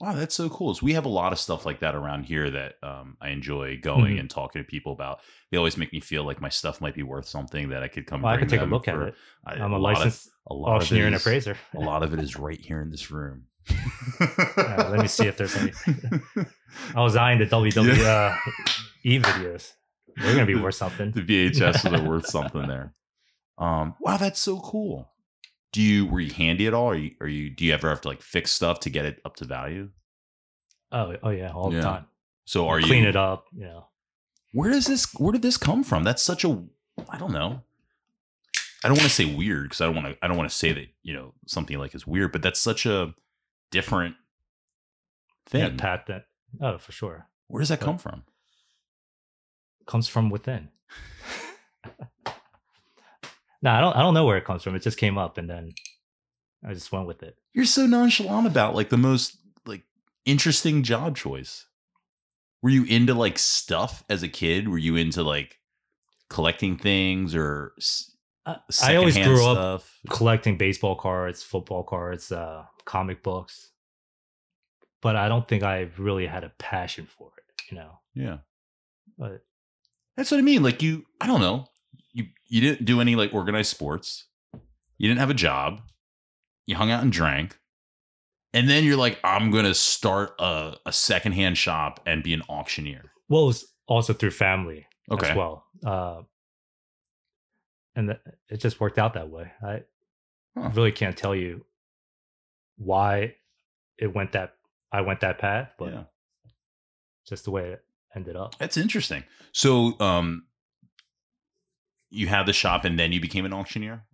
Speaker 1: Wow, that's so cool. So we have a lot of stuff like that around here that um, I enjoy going
Speaker 3: Mhm.
Speaker 1: and talking to people about. They always make me feel like my stuff might be worth something that I could come.
Speaker 3: well, I
Speaker 1: bring
Speaker 3: can take a
Speaker 1: them
Speaker 3: look at
Speaker 1: for-
Speaker 3: it.
Speaker 1: I-
Speaker 3: I'm a
Speaker 1: lot of-
Speaker 3: licensed
Speaker 1: a lot of
Speaker 3: auctioneer
Speaker 1: it
Speaker 3: and
Speaker 1: is-
Speaker 3: appraiser.
Speaker 1: A lot of it is right here in this room.
Speaker 3: right, let me see if there's any- I was eyeing the WWE uh, E videos. They're gonna be worth something.
Speaker 1: the VHSs are worth something there. Um, wow, that's so cool. Do you were you handy at all? Are you, are you do you ever have to like fix stuff to get it up to value?
Speaker 3: Oh, oh yeah, all
Speaker 1: Yeah.
Speaker 3: the time.
Speaker 1: So are
Speaker 3: clean
Speaker 1: you
Speaker 3: it up? You know,
Speaker 1: where does this where did this come from that's such a i don't know i don't want to say weird because i don't want to i don't want to say that you know something like is weird but that's such a different
Speaker 3: yeah,
Speaker 1: thing
Speaker 3: pat that. Oh, for sure,
Speaker 1: where does that come from
Speaker 3: comes from within. no, I don't. I don't know where it comes from. It just came up, and then I just went with it.
Speaker 1: you're so nonchalant about like the most like interesting job choice were you into like stuff as a kid were you into like collecting things or s-
Speaker 3: I, I always
Speaker 1: secondhand
Speaker 3: grew up
Speaker 1: stuff?
Speaker 3: collecting baseball cards, football cards, uh, comic books, but I don't think I really had a passion for it. You know,
Speaker 1: yeah
Speaker 3: but
Speaker 1: That's what I mean. Like you, I don't know. You you didn't do any like organized sports. You didn't have a job. You hung out and drank. And then you're like, I'm gonna start a, a secondhand shop and be an auctioneer.
Speaker 3: well, it was also through family.
Speaker 1: Okay.
Speaker 3: as well. Uh, and th- it just worked out that way. I
Speaker 1: Huh.
Speaker 3: really can't tell you why it went that I went that path, but
Speaker 1: Yeah.
Speaker 3: just the way it ended up.
Speaker 1: That's interesting. So um you had the shop and then you became an auctioneer?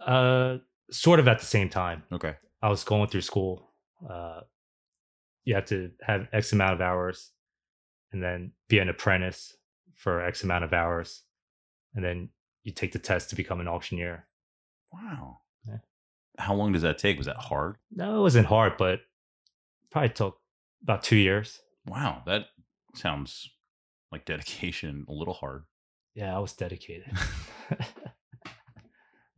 Speaker 3: Uh, sort of at the same time,
Speaker 1: Okay.
Speaker 3: I was going through school. Uh, you have to have X amount of hours, and then be an apprentice for X amount of hours, and then you take the test to become an auctioneer.
Speaker 1: Wow.
Speaker 3: Yeah.
Speaker 1: How long does that take? Was that hard?
Speaker 3: No, it wasn't hard, but probably took about two years.
Speaker 1: Wow, that sounds like dedication. A little hard.
Speaker 3: Yeah, I was dedicated.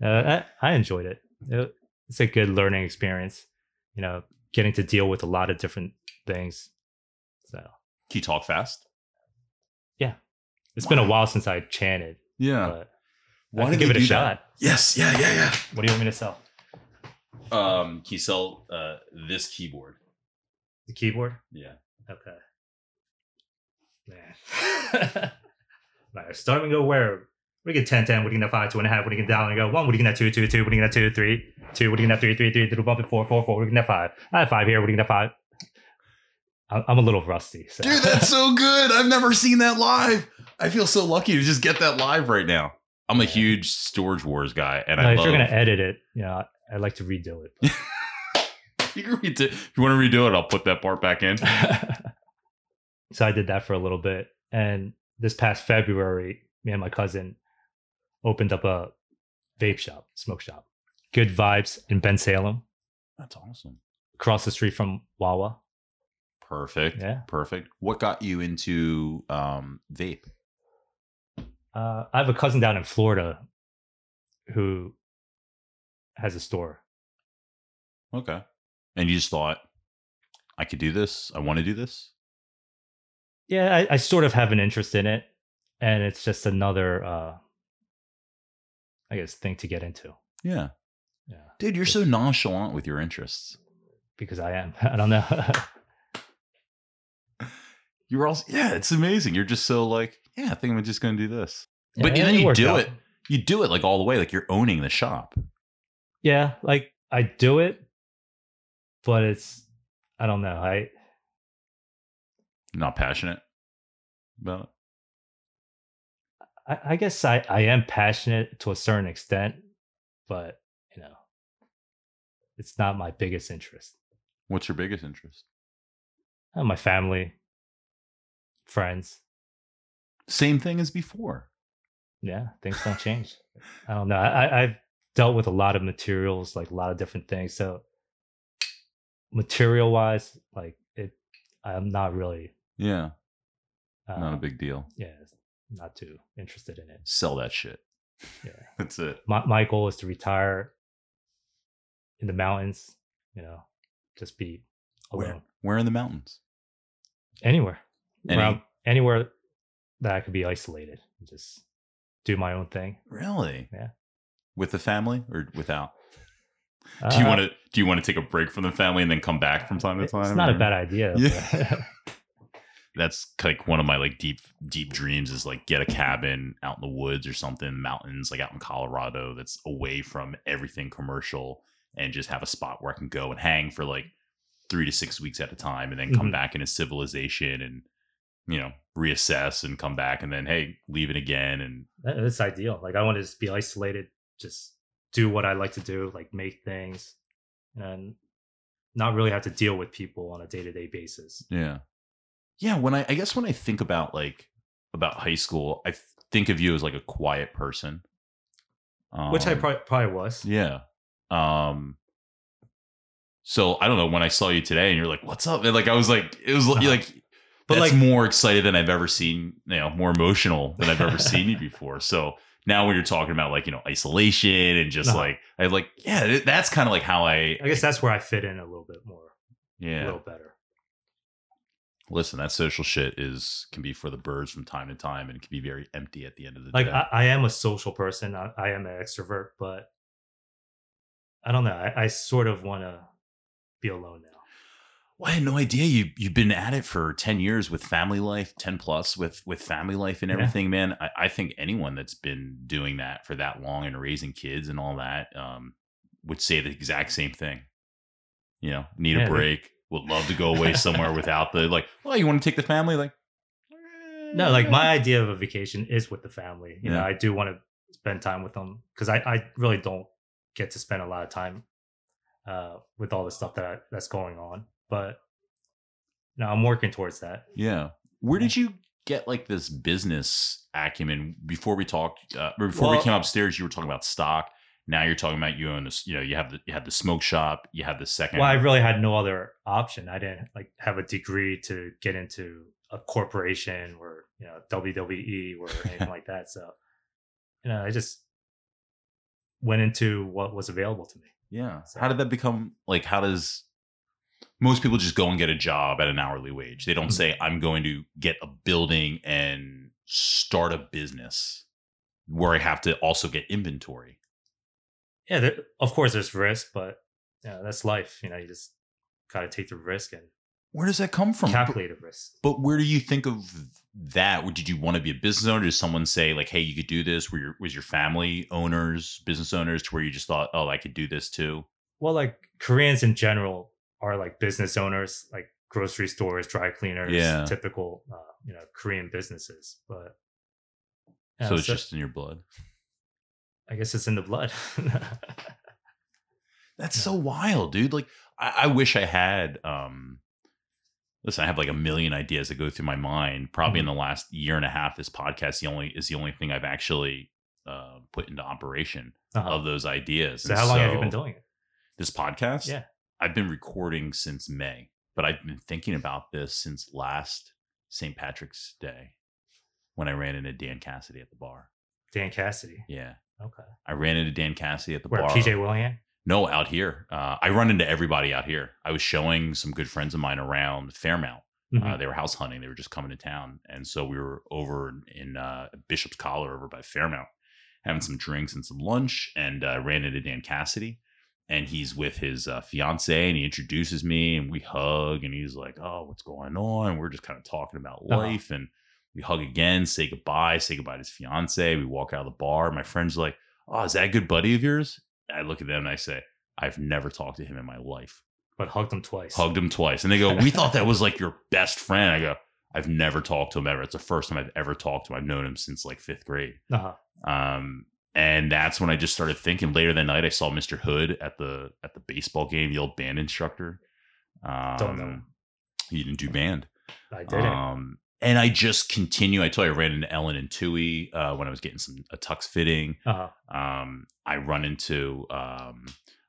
Speaker 3: uh, I, I enjoyed it. It- It's a good learning experience, you know, getting to deal with a lot of different things. So
Speaker 1: Can you talk fast?
Speaker 3: it's been a while since I chanted,
Speaker 1: Yeah.
Speaker 3: but
Speaker 1: Why
Speaker 3: I
Speaker 1: did
Speaker 3: can give
Speaker 1: they
Speaker 3: it
Speaker 1: do
Speaker 3: a shot.
Speaker 1: Yes. Yeah. Yeah. Yeah.
Speaker 3: What do you want me to sell?
Speaker 1: Um, can you sell uh, this keyboard?
Speaker 3: The keyboard?
Speaker 1: Yeah.
Speaker 3: Okay. Man. like, starting to go where? We get 10, 10, we get 5, 2.5, we get down and go 1, we get 2, 2, 2, we get 2, 3, 2, we get 3, 3, 3, 3, bump it 4, 4, 4, we get 5. I have 5 here, we get 5. I'm I'm a little rusty. So.
Speaker 1: Dude, that's so good. I've never seen that live. I feel so lucky to just get that live right now. I'm a huge Storage Wars guy, and
Speaker 3: No,
Speaker 1: I
Speaker 3: if
Speaker 1: love.
Speaker 3: you're going to edit it, you know, I'd like to redo it.
Speaker 1: you can redo- if you want to redo it, I'll put that part back in.
Speaker 3: so I did that for a little bit. And this past February, me and my cousin opened up a vape shop, smoke shop. Good vibes in Ben Salem,
Speaker 1: That's awesome.
Speaker 3: across the street from Wawa.
Speaker 1: Perfect.
Speaker 3: Yeah.
Speaker 1: Perfect. What got you into um, vape?
Speaker 3: Uh, I have a cousin down in Florida who has a store.
Speaker 1: Okay. And you just thought, I could do this. I want to do this.
Speaker 3: Yeah, I, I sort of have an interest in it. And it's just another, uh, I guess, thing to get into.
Speaker 1: Yeah.
Speaker 3: Yeah.
Speaker 1: Dude, you're so nonchalant with your interests.
Speaker 3: Because I am. I don't know.
Speaker 1: You were also, yeah, it's amazing. You're just so like, yeah, I think I'm just going to do this. But
Speaker 3: Yeah,
Speaker 1: then you
Speaker 3: worked
Speaker 1: do
Speaker 3: out.
Speaker 1: it. You do it like all the way, like you're owning the shop.
Speaker 3: Yeah, like I do it, but it's I don't know. I
Speaker 1: You're not passionate about it.
Speaker 3: I, I guess I I am passionate to a certain extent, but you know, it's not my biggest interest.
Speaker 1: What's your biggest interest?
Speaker 3: Uh, my family, friends,
Speaker 1: Same thing as before.
Speaker 3: yeah, things don't change. I don't know. I, I've dealt with a lot of materials, like a lot of different things. So material wise, like it, I'm not really
Speaker 1: Yeah.
Speaker 3: uh,
Speaker 1: Not a big deal.
Speaker 3: yeah, not too interested in it.
Speaker 1: Sell that shit.
Speaker 3: Yeah.
Speaker 1: That's it.
Speaker 3: my, my goal is to retire in the mountains, you know, just be alone
Speaker 1: Where? Where in the mountains?
Speaker 3: anywhere,
Speaker 1: Any-
Speaker 3: Where I'm- anywhere that I could be isolated and just do my own thing.
Speaker 1: Really?
Speaker 3: Yeah.
Speaker 1: With the family or without? Do
Speaker 3: Uh,
Speaker 1: you want to do you want to take a break from the family and then come back from time to time?
Speaker 3: It's not
Speaker 1: or-
Speaker 3: a bad idea.
Speaker 1: Yeah.
Speaker 3: Yeah.
Speaker 1: That's like one of my like deep deep dreams is like get a cabin out in the woods or something, mountains like out in Colorado that's away from everything commercial and just have a spot where I can go and hang for like 3 to 6 weeks at a time and then come
Speaker 3: Mhm.
Speaker 1: back into civilization and you know, reassess and come back and then hey, leave it again and
Speaker 3: That's ideal. Like I want to just be isolated, just do what I like to do, like make things and not really have to deal with people on a day-to-day basis.
Speaker 1: Yeah. Yeah, when I I guess when I think about like about high school, I think of you as like a quiet person.
Speaker 3: Which I
Speaker 1: Um,
Speaker 3: probably, probably was.
Speaker 1: Yeah. Um so I don't know when I saw you today and you're like, "What's up?" And like I was like it was like,
Speaker 3: Uh-huh.
Speaker 1: like
Speaker 3: But,
Speaker 1: but like
Speaker 3: like-
Speaker 1: more excited than I've ever seen, you know, more emotional than I've ever seen you before. So now when you're talking about like, you know, isolation and just
Speaker 3: Uh-huh.
Speaker 1: like I like yeah, th- that's kind of like how I
Speaker 3: I guess that's where I fit in a little bit more, a
Speaker 1: yeah.
Speaker 3: little better.
Speaker 1: Listen, that social shit is can be for the birds from time to time, and it can be very empty at the end of the
Speaker 3: like
Speaker 1: day.
Speaker 3: I, I am a social person I, I am an extrovert but i don't know i, I sort of want to be alone now
Speaker 1: well, I had no idea you you've been at it for ten years with family life, ten plus with with family life and
Speaker 3: Yeah.
Speaker 1: everything, man. I, I think anyone that's been doing that for that long and raising kids and all that um, would say the exact same thing. You know, need
Speaker 3: Yeah,
Speaker 1: a
Speaker 3: they-
Speaker 1: break. Would love to go away somewhere without the like. Well, you want to take the family? Like, "Eh,
Speaker 3: no like my idea of a vacation is with the family you know
Speaker 1: Yeah.
Speaker 3: i do want to spend time with them because I, I really don't get to spend a lot of time uh, with all the stuff that I, that's going on but no i'm working towards that
Speaker 1: Yeah. Where
Speaker 3: Yeah.
Speaker 1: did you get like this business acumen before we talked uh, or before we
Speaker 3: Well-
Speaker 1: came upstairs you were talking about stock now you're talking about you own this you know you have the you have the smoke shop you have the second
Speaker 3: Well, I really had no other option. I didn't like have a degree to get into a corporation or you know WWE or anything like that. So, you know, I just went into what was available to me.
Speaker 1: yeah how did that become like how does most people just go and get a job at an hourly wage they don't
Speaker 3: Mm-hmm.
Speaker 1: say i'm going to get a building and start a business where i have to also get inventory
Speaker 3: Yeah, there, of course there's risk, but you know, that's life. You know, you just gotta take the risk and
Speaker 1: where does that come from
Speaker 3: calculate the risk.
Speaker 1: But where do you think of that? Or Did you want to be a business owner? Did someone say like, "Hey, you could do this"? Were your was your family owners, business owners, to where you just thought, "Oh, I could do this too"?
Speaker 3: Well, like Koreans in general are like business owners, like grocery stores, dry cleaners,
Speaker 1: Yeah.
Speaker 3: typical uh, you know Korean businesses. But yeah,
Speaker 1: so it's just in your blood.
Speaker 3: I guess it's in the blood.
Speaker 1: That's
Speaker 3: Yeah.
Speaker 1: so wild, dude. Like, I, I wish I had. um Listen, I have like a million ideas that go through my mind. Probably
Speaker 3: Mm-hmm.
Speaker 1: in the last year and a half, this podcast the only is the only thing I've actually uh, put into operation
Speaker 3: Uh-huh.
Speaker 1: of those ideas.
Speaker 3: So
Speaker 1: And
Speaker 3: how long have you been
Speaker 1: Um, so-
Speaker 3: doing it?
Speaker 1: this podcast
Speaker 3: Yeah.
Speaker 1: i've been recording since may but i've been thinking about this since last st patrick's day when i ran into dan cassidy at the bar
Speaker 3: Dan Cassidy.
Speaker 1: yeah
Speaker 3: Okay.
Speaker 1: i ran into dan cassidy at the
Speaker 3: Where
Speaker 1: bar
Speaker 3: PJ Willian?
Speaker 1: no out here uh, i run into everybody out here i was showing some good friends of mine around fairmount uh,
Speaker 3: Mhm.
Speaker 1: they were house hunting. They were just coming to town, and so we were over in uh, Bishop's Collar, over by Fairmount, having some drinks and some lunch, and uh, ran into Dan Cassidy, and he's with his uh, fiance, and he introduces me, and we hug, and he's like, "Oh, what's going on?" We're just kind of talking about
Speaker 3: Uh-huh.
Speaker 1: life, and we hug again, say goodbye, say goodbye to his fiance. We walk out of the bar. My friends are like, "Oh, is that a good buddy of yours?" I look at them and I say, "I've never talked to him in my life."
Speaker 3: But hugged him twice.
Speaker 1: hugged him twice. And they go, We thought that was like your best friend. I go, I've never talked to him ever. It's the first time I've ever talked to him. I've known him since like fifth grade.
Speaker 3: Uh-huh.
Speaker 1: Um, and that's when I just started thinking. Later that night, I saw Mr. Hood at the at the baseball game, the old band instructor. Um,
Speaker 3: Don't know him.
Speaker 1: He didn't do band.
Speaker 3: I did not
Speaker 1: Um, and I just continue. I told you I ran into Ellen and Tui uh, when I was getting some a tux fitting.
Speaker 3: Uh-huh.
Speaker 1: Um, I run into um,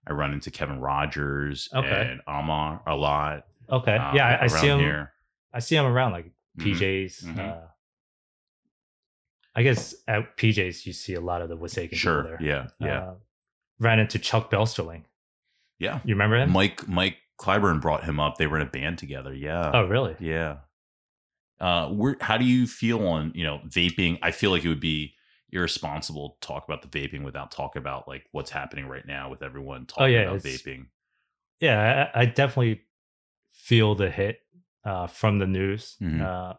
Speaker 1: I run into Kevin Rogers
Speaker 3: Okay.
Speaker 1: and Amar a lot.
Speaker 3: Okay.
Speaker 1: uh,
Speaker 3: yeah, I, I
Speaker 1: around
Speaker 3: see him.
Speaker 1: here.
Speaker 3: I see him around like
Speaker 1: Mhm.
Speaker 3: PJs.
Speaker 1: Mhm.
Speaker 3: Uh, I guess at PJs you see a lot of the Wasakin
Speaker 1: Sure.
Speaker 3: people there.
Speaker 1: Yeah. Yeah.
Speaker 3: Uh, ran into Chuck Belsterling.
Speaker 1: yeah.
Speaker 3: You remember him?
Speaker 1: Mike Mike Clyburn brought him up. They were in a band together. Yeah.
Speaker 3: oh, really?
Speaker 1: Yeah. Uh where how do you feel on, you know, vaping? I feel like it would be irresponsible to talk about the vaping without talking about like what's happening right now with everyone talking
Speaker 3: Oh, yeah,
Speaker 1: about
Speaker 3: it's-
Speaker 1: vaping.
Speaker 3: Yeah, I, I definitely feel the hit uh, from the news,
Speaker 1: Mhm.
Speaker 3: uh,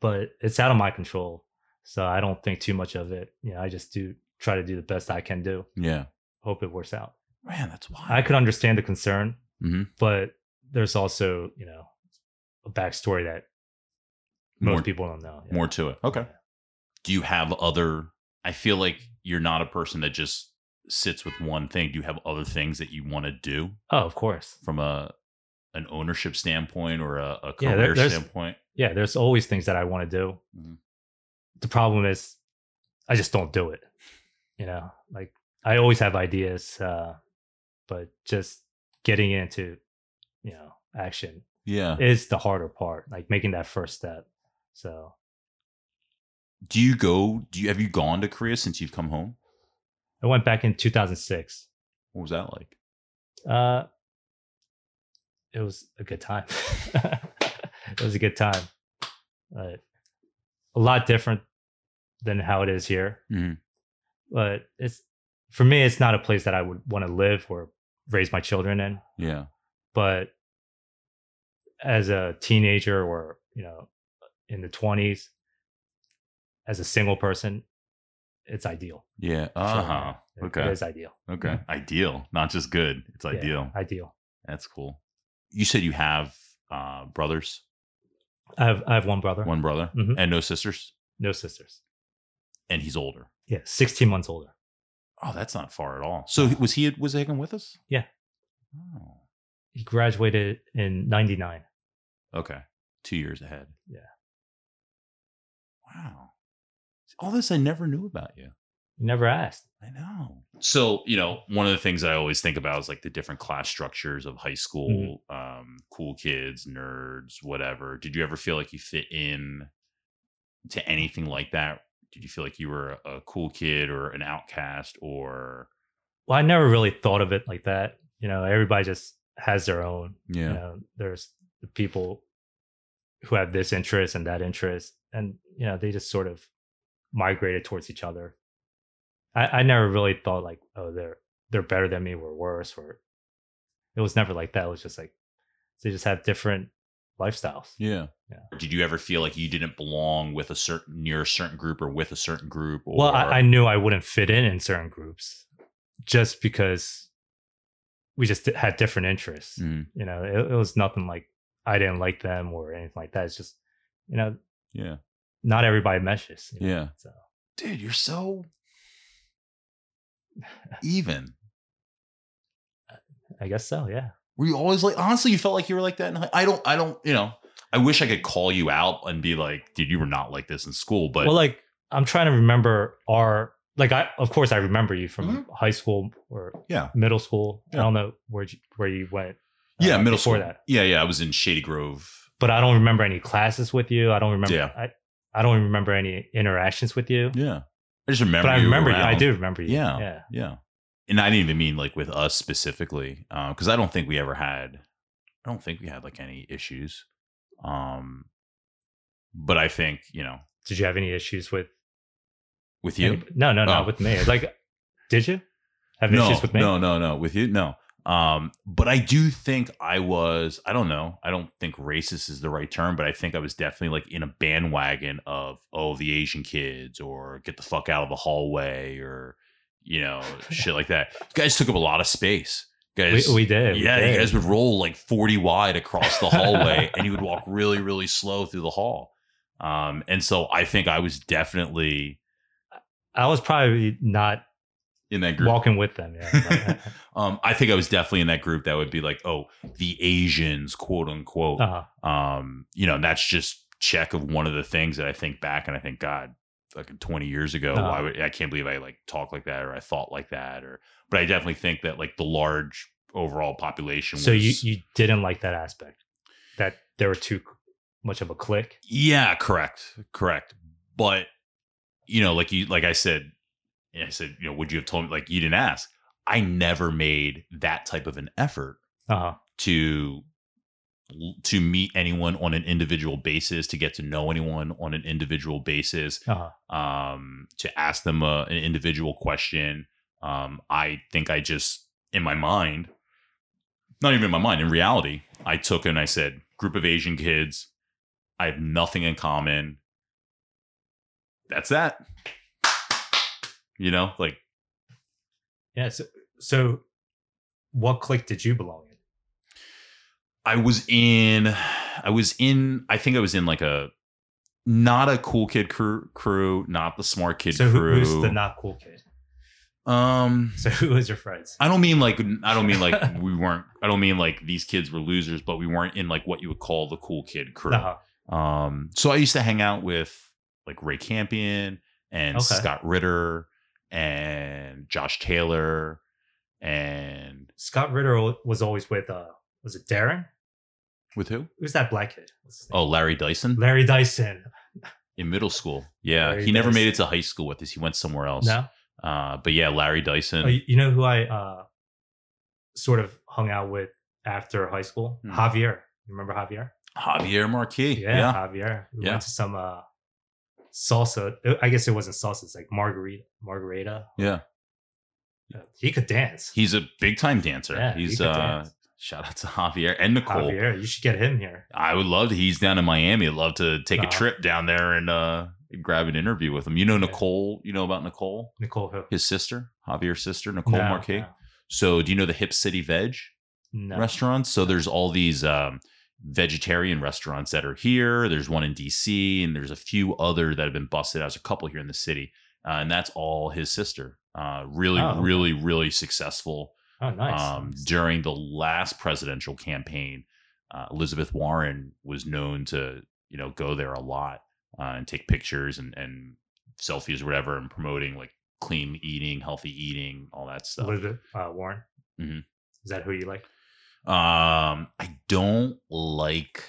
Speaker 3: but it's out of my control, so I don't think too much of it. You know, I just do try to do the best I can do.
Speaker 1: Yeah.
Speaker 3: Hope it works out.
Speaker 1: Man, that's wild.
Speaker 3: I could understand the concern,
Speaker 1: Mhm.
Speaker 3: but there's also you know a backstory that most
Speaker 1: more,
Speaker 3: people don't know. Yeah.
Speaker 1: more to it. Okay. Do you have other I feel like you're not a person that just sits with one thing. Do you have other things that you want to do?
Speaker 3: Oh, of course.
Speaker 1: from a an ownership standpoint or a, a
Speaker 3: Yeah,
Speaker 1: career
Speaker 3: there- there's-
Speaker 1: standpoint.
Speaker 3: Yeah, there's always things that I want to do.
Speaker 1: Mhm.
Speaker 3: The problem is, I just don't do it. You know, like I always have ideas, uh, but just getting into, you know, action
Speaker 1: Yeah.
Speaker 3: is the harder part. Like making that first step. So
Speaker 1: Do you go? Do you have you gone to Korea since you've come home?
Speaker 3: I went back in 2006.
Speaker 1: What was that like?
Speaker 3: Uh, it was a good time. it was a good time. Uh, a lot different than how it is here.
Speaker 1: Mhm.
Speaker 3: But it's for me, it's not a place that I would want to live or raise my children in.
Speaker 1: Yeah.
Speaker 3: But as a teenager or, you know, in the 20s, as a single person, it's ideal.
Speaker 1: Yeah.
Speaker 3: So,
Speaker 1: Uh huh.
Speaker 3: it-
Speaker 1: Okay.
Speaker 3: It is ideal.
Speaker 1: Okay. Ideal, not just good. It's
Speaker 3: Yeah,
Speaker 1: ideal.
Speaker 3: Ideal.
Speaker 1: That's cool. You said you have uh brothers,
Speaker 3: I have, I have one brother,
Speaker 1: one brother,
Speaker 3: Mhm.
Speaker 1: and no sisters,
Speaker 3: no sisters.
Speaker 1: and he's older.
Speaker 3: Yeah, 16 months older.
Speaker 1: Oh, that's not far at all. So was he was Hagen with us?
Speaker 3: Yeah.
Speaker 1: Oh.
Speaker 3: He graduated in 99.
Speaker 1: Okay. Two years ahead.
Speaker 3: Yeah.
Speaker 1: Wow. All this I never knew about you.
Speaker 3: Never asked.
Speaker 1: I know. So, you know, one of the things I always think about is like the different class structures of high school, um, cool kids, nerds, whatever. Did you ever feel like you fit in to anything like that? Did you feel like you were a cool kid or an outcast or
Speaker 3: Well, I never really thought of it like that. You know, everybody just has their own. You know, there's the people who have this interest and that interest, and you know, they just sort of migrated towards each other. I, I never really thought like, oh, they're they're better than me or worse, or it was never like that. It was just like they just have different lifestyles.
Speaker 1: Yeah.
Speaker 3: Yeah.
Speaker 1: Did you ever feel like you didn't belong with a certain near a certain group or with a certain group? Or,
Speaker 3: Well, I, I knew I wouldn't fit in in certain groups just because we just had different interests.
Speaker 1: Mm,
Speaker 3: You know, it, it was nothing like I didn't like them or anything like that. It's just, you know,
Speaker 1: yeah,
Speaker 3: not everybody meshes. you know,
Speaker 1: yeah,
Speaker 3: So
Speaker 1: dude, you're so even.
Speaker 3: I guess so. Yeah.
Speaker 1: Were you always like honestly? You felt like you were like that. In high, I don't. I don't. You know. I wish I could call you out and be like, dude, you were not like this in school. But
Speaker 3: well, like I'm trying to remember our, like I, of course I remember you from high school or
Speaker 1: Mm-hmm. Yeah.
Speaker 3: middle school.
Speaker 1: Yeah.
Speaker 3: I don't know where you, where you went.
Speaker 1: yeah,
Speaker 3: uh,
Speaker 1: middle
Speaker 3: before
Speaker 1: school.
Speaker 3: that.
Speaker 1: Yeah, yeah. I was in Shady Grove.
Speaker 3: But I don't remember any classes with you. I don't remember.
Speaker 1: Yeah.
Speaker 3: I, I don't remember any interactions with you.
Speaker 1: Yeah, I just remember.
Speaker 3: but I remember you. I
Speaker 1: around.
Speaker 3: do remember you.
Speaker 1: Yeah.
Speaker 3: Yeah.
Speaker 1: Yeah. And I didn't even mean like with us specifically, because I don't think we ever had, I don't think we had like any issues. Um, but I think you know
Speaker 3: Did you have any issues with
Speaker 1: with you,
Speaker 3: any- no, no, no,
Speaker 1: Oh.
Speaker 3: with me. Like, did you have
Speaker 1: no,
Speaker 3: issues with me?
Speaker 1: no, no, no, with you, no. Um, but I do think I was, I don't know, I don't think racist is the right term, but I think I was definitely like in a bandwagon of oh the Asian kids or get the fuck out of the hallway or you know shit like that. guys took up a lot of space.
Speaker 3: We,
Speaker 1: Guys,
Speaker 3: we did. we
Speaker 1: Yeah, you
Speaker 3: did.
Speaker 1: guys would roll like 40 wide across the hallway and you would walk really, really slow through the hall. Um, and so I think I was definitely
Speaker 3: I was probably not
Speaker 1: in that group.
Speaker 3: walking with them. Yeah.
Speaker 1: Um, I think I was definitely in that group that would be like, oh, the Asians, quote unquote.
Speaker 3: uh,
Speaker 1: Um, you know, that's just check of one of the things that I think back and I think, God, fucking 20 years ago,
Speaker 3: Uh-huh.
Speaker 1: why would I can't believe I like talk like that or I thought like that or but I definitely think that like the large overall population
Speaker 3: so you
Speaker 1: was
Speaker 3: you didn't like that aspect that there were too much of a click.
Speaker 1: Yeah, correct, correct. But you know, like you, like I said, I said, you know, would you have told me? Like you didn't ask. I never made that type of an effort
Speaker 3: Uh-huh.
Speaker 1: to to meet anyone on an individual basis, to get to know anyone on an individual basis,
Speaker 3: Uh-huh.
Speaker 1: um, to ask them a, an individual question. Um, I think I just, in my mind, not even in my mind, in reality, I took and I said, group of Asian kids, I have nothing in common. That's that. You know, like
Speaker 3: Yeah. So, so what click did you belong in?
Speaker 1: I was in, I was in, I think I was in like a, not a cool kid crew, crew, not the smart kid
Speaker 3: so who,
Speaker 1: crew.
Speaker 3: who's the not cool kid?
Speaker 1: um,
Speaker 3: So who was your friends?
Speaker 1: I don't mean like I don't mean like we weren't. I don't mean like these kids were losers, but we weren't in like what you would call the cool kid crew.
Speaker 3: Uh-huh.
Speaker 1: Um, so I used to hang out with like Ray Campion and
Speaker 3: Okay.
Speaker 1: Scott Ritter and Josh Taylor and
Speaker 3: Scott Ritter wa- was always with uh was it Darren?
Speaker 1: with who?
Speaker 3: Who's that black kid? What's his name?
Speaker 1: Oh, Larry Dyson
Speaker 3: Larry Dyson.
Speaker 1: in middle school. Yeah,
Speaker 3: Larry
Speaker 1: he never made it
Speaker 3: Dyson.
Speaker 1: to high school with this. He went somewhere else.
Speaker 3: No.
Speaker 1: Uh, but yeah, Larry Dyson.
Speaker 3: Oh, you you know who I uh, sort of hung out with after high school?
Speaker 1: Hmm.
Speaker 3: Javier. You remember Javier?
Speaker 1: Javier Marquis.
Speaker 3: Yeah,
Speaker 1: yeah.
Speaker 3: Javier. We
Speaker 1: Yeah.
Speaker 3: went to some uh, salsa. uh, I guess it wasn't salsa. It's like margarita. Margarita.
Speaker 1: Yeah.
Speaker 3: Uh, He could dance.
Speaker 1: He's a big time dancer.
Speaker 3: Yeah, he
Speaker 1: He's
Speaker 3: could
Speaker 1: uh
Speaker 3: dance.
Speaker 1: shout out to Javier and Nicole.
Speaker 3: Javier, you should get him here.
Speaker 1: I would love to. He's down in Miami. I'd love to take a
Speaker 3: Uh-huh.
Speaker 1: trip down there and uh, grab an interview with him. You know
Speaker 3: Yeah.
Speaker 1: Nicole. You know about Nicole,
Speaker 3: Nicole who?
Speaker 1: his sister, Javier's sister, Nicole
Speaker 3: No,
Speaker 1: Marquet.
Speaker 3: no,
Speaker 1: So, do you know the Hip City Veg
Speaker 3: No.
Speaker 1: restaurants? So, there's all these um, vegetarian restaurants that are here. There's one in DC, and there's a few other that have been busted. out. There's a couple here in the city, uh, and that's all his sister. Uh, really,
Speaker 3: Oh, okay.
Speaker 1: really, really successful
Speaker 3: Oh, nice.
Speaker 1: um, during the last presidential campaign, uh, Elizabeth Warren was known to you know go there a lot uh, and take pictures and, and selfies or whatever and promoting like clean eating, healthy eating, all that stuff.
Speaker 3: What is it? Uh, Warren.
Speaker 1: Mhm.
Speaker 3: Is that who you like?
Speaker 1: Um, I don't like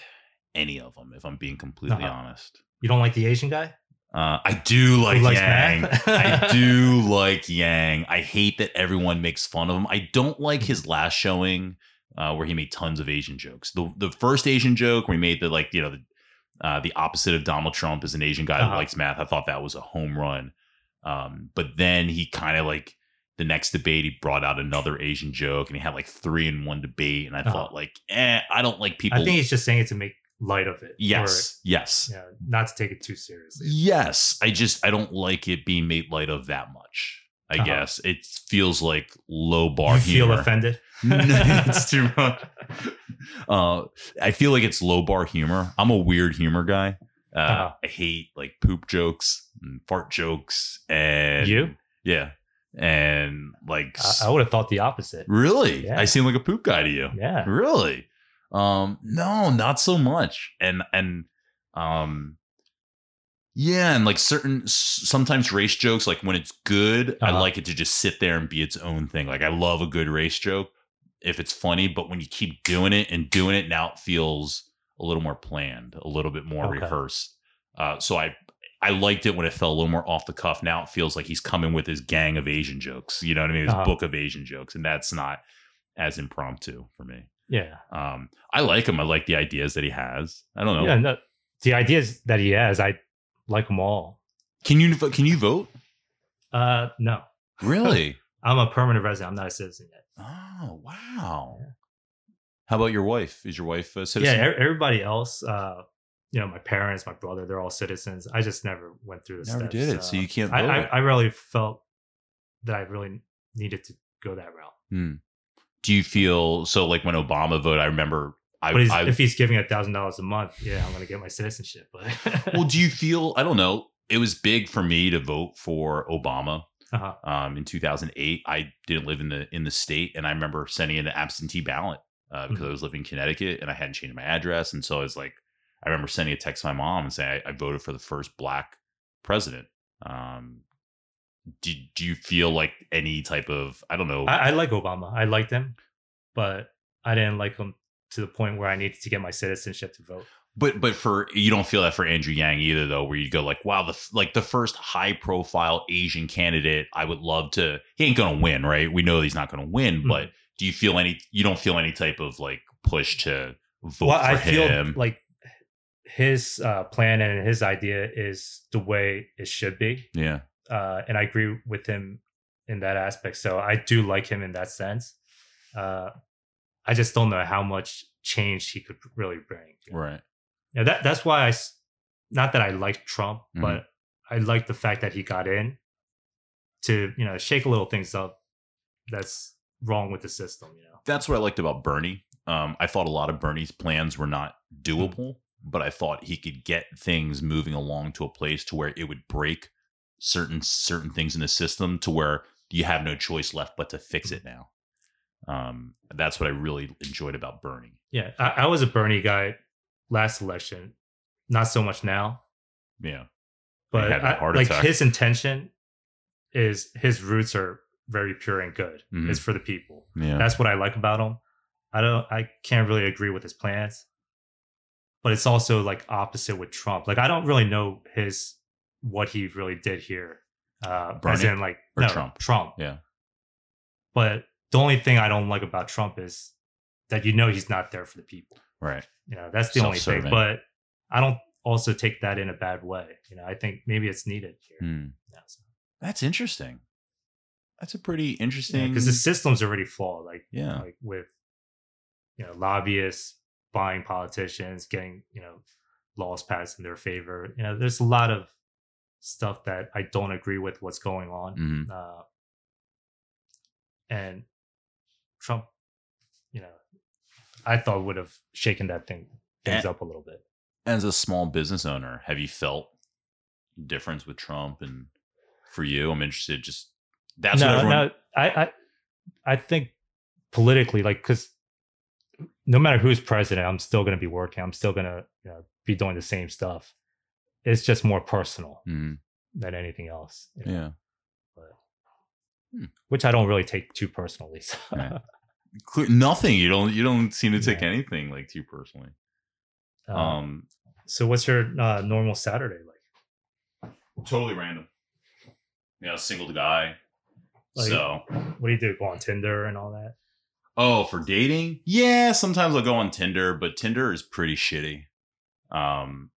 Speaker 1: any of them, if I'm being completely
Speaker 3: Uh-huh.
Speaker 1: honest.
Speaker 3: You don't like the Asian guy?
Speaker 1: Uh, I do like
Speaker 3: who likes
Speaker 1: Yang.
Speaker 3: math?
Speaker 1: I do like Yang. I hate that everyone makes fun of him. I don't like his last showing uh, where he made tons of Asian jokes. The the first Asian joke where he made the like you know the uh, the opposite of Donald Trump is an Asian guy
Speaker 3: Uh-huh.
Speaker 1: that likes math. I thought that was a home run. Um, but then he kind of like the next debate he brought out another Asian joke and he had like three in one debate and I
Speaker 3: Uh-huh.
Speaker 1: thought like eh I don't like people.
Speaker 3: I think he's just saying it to make light of it.
Speaker 1: yes yes
Speaker 3: Or, yeah, not to take it too seriously.
Speaker 1: Yes, I just I don't like it being made light of that much. I
Speaker 3: Uh-huh.
Speaker 1: guess it feels like low bar
Speaker 3: You
Speaker 1: humor.
Speaker 3: feel offended?
Speaker 1: No, it's too much. Uh, I feel like it's low bar humor. I'm a weird humor guy. Uh,
Speaker 3: Uh-huh.
Speaker 1: I hate like poop jokes, and fart jokes, and
Speaker 3: You?
Speaker 1: yeah, and like
Speaker 3: I, I would have thought the opposite.
Speaker 1: really,
Speaker 3: Yeah.
Speaker 1: I seem like a poop guy to you
Speaker 3: Yeah.
Speaker 1: really um no not so much and and um yeah and like certain s- sometimes race jokes like when it's good i
Speaker 3: Uh-huh.
Speaker 1: like it to just sit there and be its own thing like i love a good race joke if it's funny but when you keep doing it and doing it now it feels a little more planned a little bit more
Speaker 3: Okay.
Speaker 1: rehearsed uh so i I liked it when it felt a little more off the cuff. Now it feels like he's coming with his gang of Asian jokes. You know what I mean? His
Speaker 3: Uh-huh.
Speaker 1: book of Asian jokes. And that's not as impromptu for me.
Speaker 3: Yeah.
Speaker 1: Um, I like him. I like the ideas that he has. I don't know.
Speaker 3: Yeah. No, the ideas that he has, I like them all.
Speaker 1: Can you vo- can you vote?
Speaker 3: Uh, no,
Speaker 1: Really?
Speaker 3: I'm a permanent resident. I'm not a citizen yet.
Speaker 1: oh wow.
Speaker 3: Yeah.
Speaker 1: How about your wife? Is your wife a
Speaker 3: Yeah.
Speaker 1: citizen?
Speaker 3: er- everybody else, uh, you know, my parents, my brother, they're all citizens. I just never went through the
Speaker 1: never
Speaker 3: steps.
Speaker 1: did it, so
Speaker 3: uh,
Speaker 1: you can't vote.
Speaker 3: I, I, I really felt that I really needed to go that route.
Speaker 1: Hmm. Do you feel so? Like when Obama voted, I remember. I,
Speaker 3: but he's,
Speaker 1: I
Speaker 3: if he's giving a thousand dollars a month, yeah, I'm gonna get my citizenship. But
Speaker 1: well, do you feel? I don't know. It was big for me to vote for Obama
Speaker 3: uh-huh.
Speaker 1: um, in 2008. I didn't live in the in the state, and I remember sending in an absentee ballot uh, because I was living in Connecticut and I hadn't changed my address, and so I was like, I remember sending a text to my mom and saying I, I voted for the first black president. Um, do, do you feel like any type of I don't know?
Speaker 3: I, I like Obama. I liked him, but I didn't like him to the point where I needed to get my citizenship to vote.
Speaker 1: But but for you don't feel that for Andrew Yang either though, where you go like, wow, the f- like the first high profile Asian candidate, I would love to. He ain't gonna win, right? We know he's not gonna win,
Speaker 3: Mhm.
Speaker 1: but do you feel any? You don't feel any type of like push to vote
Speaker 3: well,
Speaker 1: for
Speaker 3: I
Speaker 1: him?
Speaker 3: feel like his uh, plan and his idea is the way it should be,
Speaker 1: yeah,
Speaker 3: uh, and I agree with him in that aspect. So I do like him in that sense. Uh, I just don't know how much change he could really bring.
Speaker 1: right.
Speaker 3: Yeah, that that's why I, s- not that I like Trump,
Speaker 1: Mhm.
Speaker 3: but I like the fact that he got in to you know shake a little things up that's wrong with the system. You know,
Speaker 1: That's what I liked about Bernie. Um, I thought a lot of Bernie's plans were not doable, but I thought he could get things moving along to a place to where it would break certain certain things in the system to where you have no choice left but to fix it now. Um, that's what I really enjoyed about Bernie.
Speaker 3: yeah, I, I was a Bernie guy last election, not so much now,
Speaker 1: Yeah,
Speaker 3: but
Speaker 1: had a
Speaker 3: I-
Speaker 1: heart
Speaker 3: like
Speaker 1: attack.
Speaker 3: his intention is his roots are very pure and good.
Speaker 1: Mhm.
Speaker 3: It's for the people.
Speaker 1: yeah.
Speaker 3: That's what I like about him. I don't I can't really agree with his plans. But it's also like opposite with Trump. Like I don't really know his what he really did here. Uh as
Speaker 1: Bernie
Speaker 3: in like
Speaker 1: or
Speaker 3: no,
Speaker 1: Trump?
Speaker 3: Trump.
Speaker 1: Yeah.
Speaker 3: But the only thing I don't like about Trump is that you know he's not there for the people.
Speaker 1: right.
Speaker 3: You know, that's the only thing.
Speaker 1: Self-serving.
Speaker 3: But I don't also take that in a bad way. You know, I think maybe it's needed here.
Speaker 1: Hmm.
Speaker 3: Yeah, so-
Speaker 1: That's interesting. That's a pretty
Speaker 3: Yeah,
Speaker 1: interesting.
Speaker 3: because the system's already flawed. Like
Speaker 1: yeah.
Speaker 3: like with you know lobbyists buying politicians getting you know laws passed in their favor you know there's a lot of stuff that i don't agree with what's going on
Speaker 1: Mhm.
Speaker 3: uh, and trump you know i thought would have shaken that thing things
Speaker 1: Eh.
Speaker 3: up a little bit
Speaker 1: as a small business owner, have you felt difference with Trump and for you? I'm interested. Just that's
Speaker 3: no
Speaker 1: what everyone.
Speaker 3: no i i i think politically like because no matter who's president i'm still going to be working i'm still going to you know, be doing the same stuff it's just more personal
Speaker 1: Mhm.
Speaker 3: than anything else. you know,
Speaker 1: Yeah.
Speaker 3: Which I don't really take too personally. So.
Speaker 1: Right. Cle- Nothing. You don't. You don't seem to take
Speaker 3: Yeah.
Speaker 1: anything like to you personally.
Speaker 3: um,
Speaker 1: um
Speaker 3: so what's your uh, normal Saturday like?
Speaker 1: totally random. Yeah, single guy.
Speaker 3: Like-
Speaker 1: so,
Speaker 3: What do you do? Go on Tinder and all that?
Speaker 1: oh, for dating, yeah, sometimes I'll go on Tinder, but Tinder is pretty shitty. Um,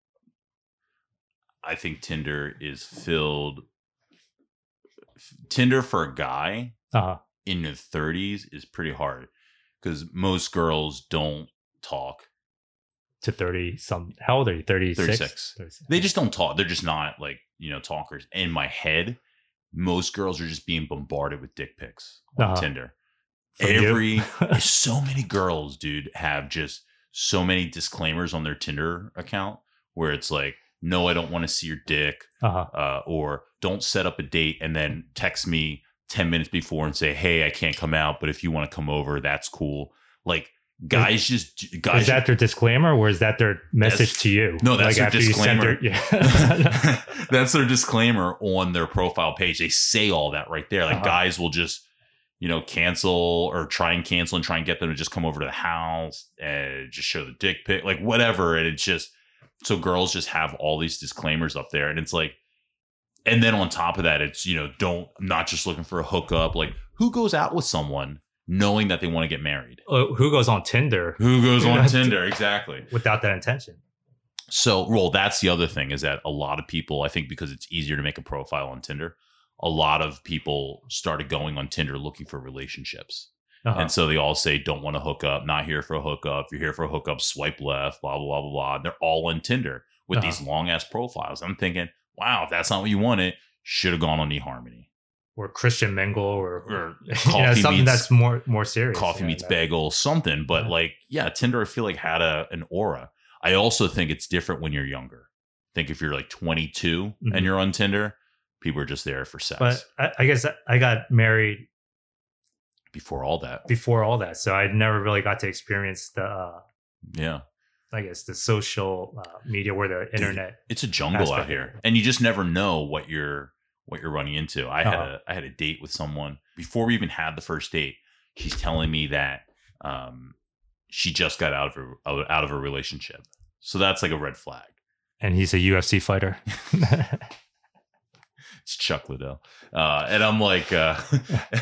Speaker 1: I think Tinder is filled. Tinder for a guy
Speaker 3: Uh huh.
Speaker 1: in their thirties is pretty hard because most girls don't talk.
Speaker 3: To 30 some. How old are you? 36?
Speaker 1: 36. They just don't talk. They're just not like you know talkers. In my head, most girls are just being bombarded with dick pics on
Speaker 3: Uh-huh.
Speaker 1: Tinder.
Speaker 3: From you?
Speaker 1: every There's so many girls, dude, have just so many disclaimers on their Tinder account where it's like, no, I don't want to see your dick,
Speaker 3: uh-huh.
Speaker 1: uh, or don't set up a date and then text me 10 minutes before and say, hey, I can't come out, but if you want to come over, that's cool. Like, guys just, guys.
Speaker 3: Is that their disclaimer or is that their message
Speaker 1: That's-
Speaker 3: to you?
Speaker 1: no, that's their
Speaker 3: You send their, yeah.
Speaker 1: that's their disclaimer on their profile page. They say all that right there. Like
Speaker 3: Uh-huh.
Speaker 1: guys will just, you know, cancel or try and cancel and try and get them to just come over to the house and just show the dick pic, like whatever. And it's just so girls just have all these disclaimers up there, and it's like, and then on top of that, it's you know, don't I'm not just looking for a hookup. Like who goes out with someone knowing that they want to get married?
Speaker 3: Oh, who goes on Tinder
Speaker 1: Who goes on
Speaker 3: That's-
Speaker 1: Tinder exactly?
Speaker 3: without that intention?
Speaker 1: So, well, that's the other thing is that a lot of people, I think, because it's easier to make a profile on Tinder, a lot of people started going on Tinder looking for relationships.
Speaker 3: Uh-huh.
Speaker 1: And so they all say, don't want to hook up, not here for a hookup. If you're here for a hookup, swipe left, blah, blah, blah, blah, blah. They're all on Tinder with
Speaker 3: Uh-huh.
Speaker 1: these long ass profiles. I'm thinking, wow, if that's not what you wanted, should have gone on eHarmony
Speaker 3: or Christian Mingle or,
Speaker 1: or
Speaker 3: you know,
Speaker 1: Coffee
Speaker 3: something
Speaker 1: Meets-
Speaker 3: that's more more serious.
Speaker 1: coffee
Speaker 3: yeah,
Speaker 1: meets
Speaker 3: that-
Speaker 1: bagel something but
Speaker 3: Yeah.
Speaker 1: like yeah tinder i feel like had a an aura i also think it's different when you're younger I think if you're like 22
Speaker 3: Mhm.
Speaker 1: and you're on tinder people are just there for sex
Speaker 3: But I, I guess I got married
Speaker 1: before all that
Speaker 3: before all that, so I never really got to experience the uh,
Speaker 1: yeah
Speaker 3: I guess the social uh, media or the internet.
Speaker 1: it's a jungle out
Speaker 3: Aspect.
Speaker 1: here and you just never know what you're what you're running into i had
Speaker 3: Uh-huh.
Speaker 1: a i had a date with someone before we even had the first date she's telling me that um she just got out of her out of a relationship so that's like a red flag
Speaker 3: And he's a UFC fighter. Uh-huh,
Speaker 1: it's Chuck Liddell. Uh, and I'm like, uh,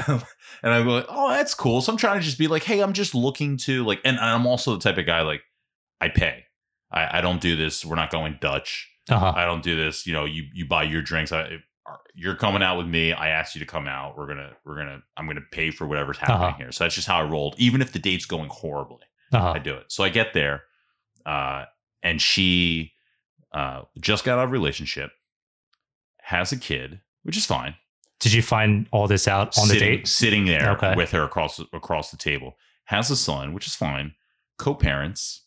Speaker 1: and I'm like, oh, that's cool. So I'm trying to just be like, hey, I'm just looking to like, and I'm also the type of guy like, I pay. I, I don't do this. We're not going Dutch.
Speaker 3: uh-huh.
Speaker 1: I don't do this. You know, you you buy your drinks. I, uh, you're coming out with me. I asked you to come out. We're gonna we're gonna I'm gonna pay for whatever's happening
Speaker 3: Uh-huh.
Speaker 1: here. So that's just how I rolled. Even if the date's going horribly. I
Speaker 3: Uh-huh.
Speaker 1: do it. So I get there, uh, and she uh, just got out of a relationship, has a kid, which is fine.
Speaker 3: Did you find all this out on the
Speaker 1: sitting,
Speaker 3: date?
Speaker 1: sitting there
Speaker 3: Okay.
Speaker 1: with her across across the table, has a son, which is fine. Co-parents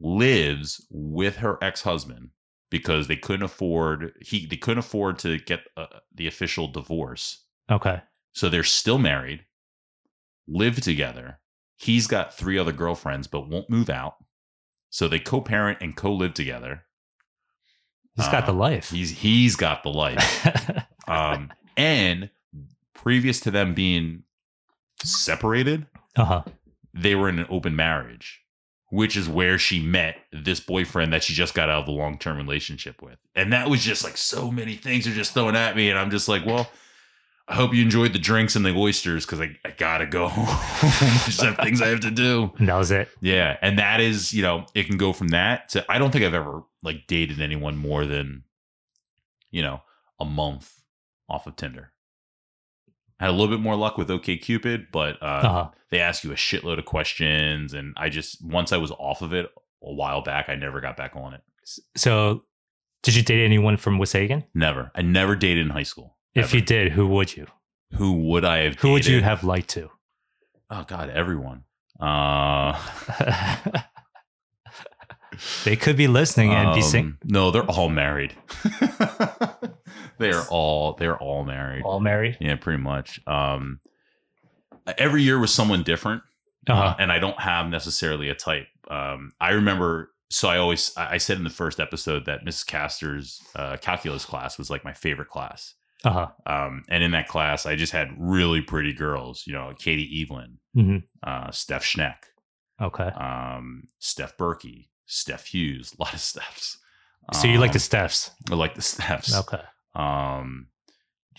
Speaker 1: lives with her ex-husband because they couldn't afford he they couldn't afford to get uh, the official divorce.
Speaker 3: Okay.
Speaker 1: So they're still married, live together. He's got three other girlfriends, but won't move out. So they co-parent and co-live together.
Speaker 3: He's got the
Speaker 1: Uh,
Speaker 3: life.
Speaker 1: He's he's got the life. Um, and previous to them being separated,
Speaker 3: uh-huh.
Speaker 1: they were in an open marriage, which is where she met this boyfriend that she just got out of the long term relationship with. And that was just like so many things are just thrown at me. And I'm just like, well, I hope you enjoyed the drinks and the oysters because I, I gotta go home. just have things I have to do.
Speaker 3: And that was it.
Speaker 1: Yeah. And that is, you know, it can go from that to I don't think I've ever like dated anyone more than, you know, a month off of Tinder. Had a little bit more luck with OKCupid, but uh,
Speaker 3: Uh-huh.
Speaker 1: they ask you a shitload of questions and i just once i was off of it a while back i never got back on it
Speaker 3: So did you date anyone from Wissagan?
Speaker 1: never i never dated in high school
Speaker 3: If
Speaker 1: ever.
Speaker 3: you did, who would you?
Speaker 1: who would i have
Speaker 3: Who would you
Speaker 1: dated?
Speaker 3: have liked to?
Speaker 1: oh god everyone uh
Speaker 3: they could be listening and be
Speaker 1: um,
Speaker 3: sing-
Speaker 1: no they're all married they're all they're all married
Speaker 3: all married.
Speaker 1: yeah pretty much um every year was someone different
Speaker 3: Uh-huh.
Speaker 1: uh, and I don't have necessarily a type. Um, I remember so I always I I said in the first episode that Mrs. Castor's uh, calculus class was like my favorite class.
Speaker 3: Uh huh.
Speaker 1: Um, and in that class, I just had really pretty girls. You know, Katie Evelyn,
Speaker 3: Mhm.
Speaker 1: uh, Steph Schneck,
Speaker 3: Okay.
Speaker 1: um, Steph Berkey, Steph Hughes, a lot of Stephs.
Speaker 3: So you like the
Speaker 1: Um,
Speaker 3: Stephs?
Speaker 1: I like the Stephs
Speaker 3: Okay.
Speaker 1: um,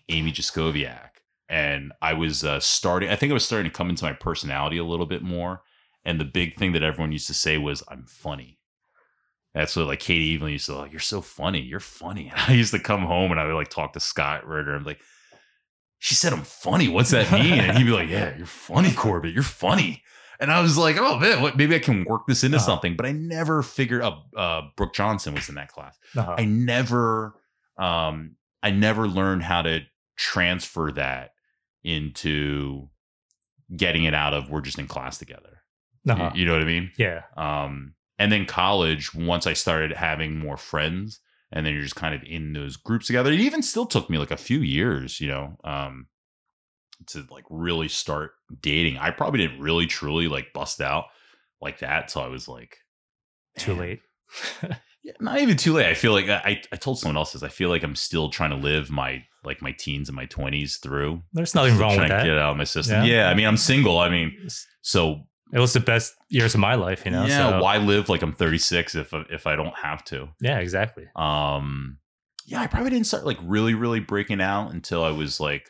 Speaker 1: Amy Jaskoviak. And I was uh, starting, I think I was starting to come into my personality a little bit more. And the big thing that everyone used to say was, I'm funny. That's what like Katie Evelyn used to like, you're so funny. You're funny. And I used to come home and I would like talk to Scott Ritter. I'm like, she said I'm funny. What's that mean? And he'd be like, Yeah, you're funny, Corbett. You're funny. And I was like, Oh man, what maybe I can work this into
Speaker 3: Uh-huh.
Speaker 1: something. But I never figured up uh Brooke Johnson was in that class.
Speaker 3: Uh-huh.
Speaker 1: I never um I never learned how to transfer that into getting it out of we're just in class together. Y-
Speaker 3: uh-huh.
Speaker 1: You know what I mean?
Speaker 3: Yeah.
Speaker 1: Um and then college once I started having more friends and then you're just kind of in those groups together. It even still took me like a few years, you know, um to like really start dating. I probably didn't really truly like bust out like that till I was like
Speaker 3: Too
Speaker 1: man,
Speaker 3: late.
Speaker 1: yeah, not even too late. I feel like I, I told someone else this. I feel like I'm still trying to live my like my teens and my twenties through.
Speaker 3: There's nothing
Speaker 1: Still
Speaker 3: wrong with
Speaker 1: trying to
Speaker 3: that.
Speaker 1: Get it out of my system.
Speaker 3: Yeah.
Speaker 1: Yeah. I mean, I'm single. I mean, so
Speaker 3: It was the best years of my life, you know.
Speaker 1: yeah.
Speaker 3: so-
Speaker 1: Why live like I'm 36 if I- if I don't have to?
Speaker 3: Yeah. Exactly.
Speaker 1: Um, yeah, I probably didn't start like really really breaking out until I was like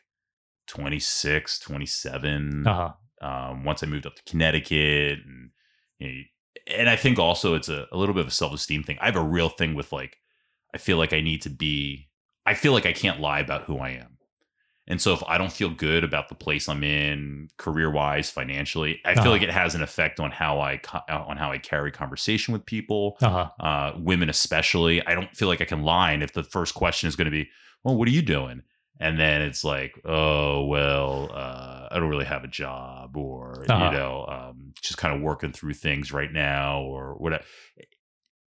Speaker 1: 26, 27.
Speaker 3: Uh huh.
Speaker 1: um, once I moved up to Connecticut, and you know, and I think also it's a, a little bit of a self esteem thing. I have a real thing with like, I feel like I need to be, I feel like I can't lie about who I am, and so if I don't feel good about the place I'm in, career wise, financially, I
Speaker 3: Uh-huh.
Speaker 1: feel like it has an effect on how I co- on how I carry conversation with people,
Speaker 3: Uh huh.
Speaker 1: uh, women especially. I don't feel like I can lie, and if the first question is going to be, "Well, what are you doing?" and then it's like, "Oh, well, uh, I don't really have a job," or
Speaker 3: Uh-huh.
Speaker 1: you know, um, just kind of working through things right now, or whatever.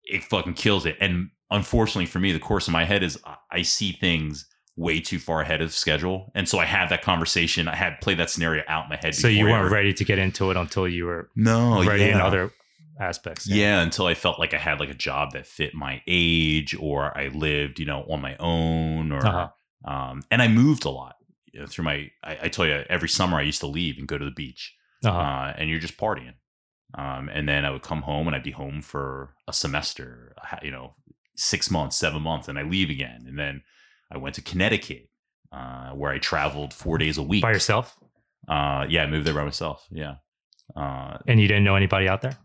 Speaker 1: It fucking kills it, and unfortunately for me, the course of my head is I- I see things way too far ahead of schedule, and so I have that conversation. I had played that scenario out in my head.
Speaker 3: So you
Speaker 1: before I
Speaker 3: weren't
Speaker 1: ever-
Speaker 3: ready to get into it until you were
Speaker 1: No,
Speaker 3: ready in
Speaker 1: Oh, yeah.
Speaker 3: other aspects.
Speaker 1: Yeah, until I felt like I had like a job that fit my age, or I lived, you know, on my own, or
Speaker 3: Uh-huh.
Speaker 1: um, and I moved a lot you know, through my. I, I tell you, every summer I used to leave and go to the beach,
Speaker 3: Uh-huh.
Speaker 1: uh, and you're just partying, um, and then I would come home and I'd be home for a semester, a ha- you know, six months, seven months, and I leave again, and then I went to Connecticut, uh, where I traveled four days a week
Speaker 3: By yourself,
Speaker 1: Uh, yeah, I moved there by myself. Yeah. Uh,
Speaker 3: and you didn't know anybody out there.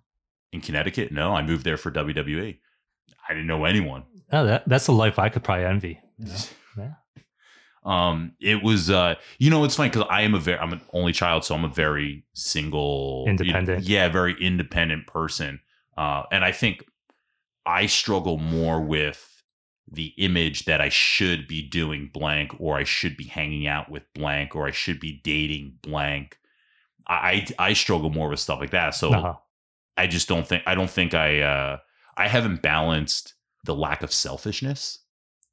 Speaker 1: in Connecticut. No, I moved there for WWE. I didn't know anyone.
Speaker 3: Oh, that, that's a life I could probably envy. you know?
Speaker 1: Um, it was uh, you know, it's funny because I am a very I'm an only child, so I'm a very single, you know,
Speaker 3: Independent.
Speaker 1: yeah, very independent person. Uh, and I think I struggle more with the image that I should be doing blank, or I should be hanging out with blank, or I should be dating blank. I I, I struggle more with stuff like that. So
Speaker 3: Uh-huh.
Speaker 1: I just don't think I don't think I uh I haven't balanced the lack of selfishness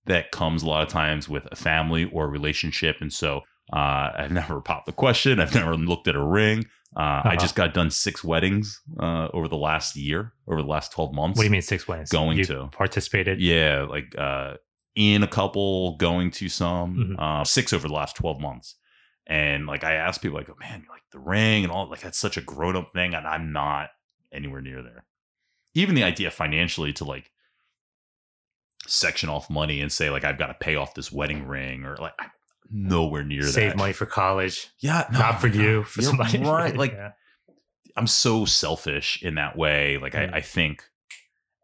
Speaker 1: that comes a lot of times with a family or a relationship and so uh I've never popped the question, I've never looked at a ring. Uh
Speaker 3: Uh-huh.
Speaker 1: I just got done 6 weddings uh over the last year, over the last 12 months.
Speaker 3: What do you mean six wins?
Speaker 1: Going
Speaker 3: You
Speaker 1: to.
Speaker 3: participated.
Speaker 1: Yeah, like uh in a couple, going to some,
Speaker 3: Mhm.
Speaker 1: uh, six over the last 12 months. And like I asked people, I go, man, like the ring and all like that's such a grown up thing, and I'm not anywhere near there. Even the idea financially to like section off money and say, like, I've got to pay off this wedding ring or like I'm nowhere near
Speaker 3: Save
Speaker 1: that.
Speaker 3: money for college,
Speaker 1: Yeah, no,
Speaker 3: not for
Speaker 1: no.
Speaker 3: you, for
Speaker 1: You're
Speaker 3: somebody.
Speaker 1: Right. Like
Speaker 3: Yeah.
Speaker 1: I'm so selfish in that way. Like
Speaker 3: Mm.
Speaker 1: I, I think,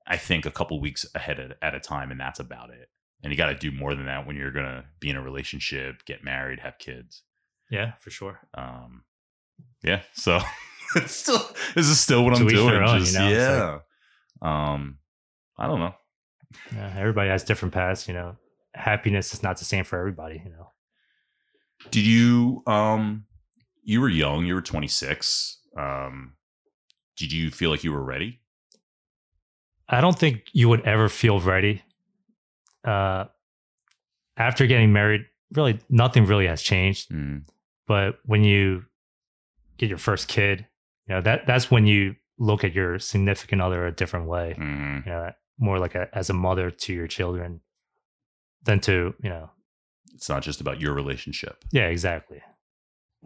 Speaker 1: I think a couple weeks ahead at, at a time, and that's about it. And you got to do more than that when you're gonna be in a relationship, get married, have kids.
Speaker 3: yeah, for sure.
Speaker 1: Um, yeah. So it's still, this is still what
Speaker 3: To
Speaker 1: I'm
Speaker 3: each their
Speaker 1: doing.
Speaker 3: own,
Speaker 1: Just-
Speaker 3: you know? It's
Speaker 1: yeah. um, I don't know.
Speaker 3: Yeah, everybody has different paths. You know, happiness is not the same for everybody. You know,
Speaker 1: Did you um, you were young. You were 26. Um, did you feel like you were ready?
Speaker 3: I don't think you would ever feel ready. Uh, after getting married, really nothing really has changed. but when you get your first kid, you know that that's when you look at your significant other a different way.
Speaker 1: Mhm.
Speaker 3: You know, uh, more like a, as a mother to your children than to you know.
Speaker 1: It's not just about your relationship.
Speaker 3: Yeah, exactly.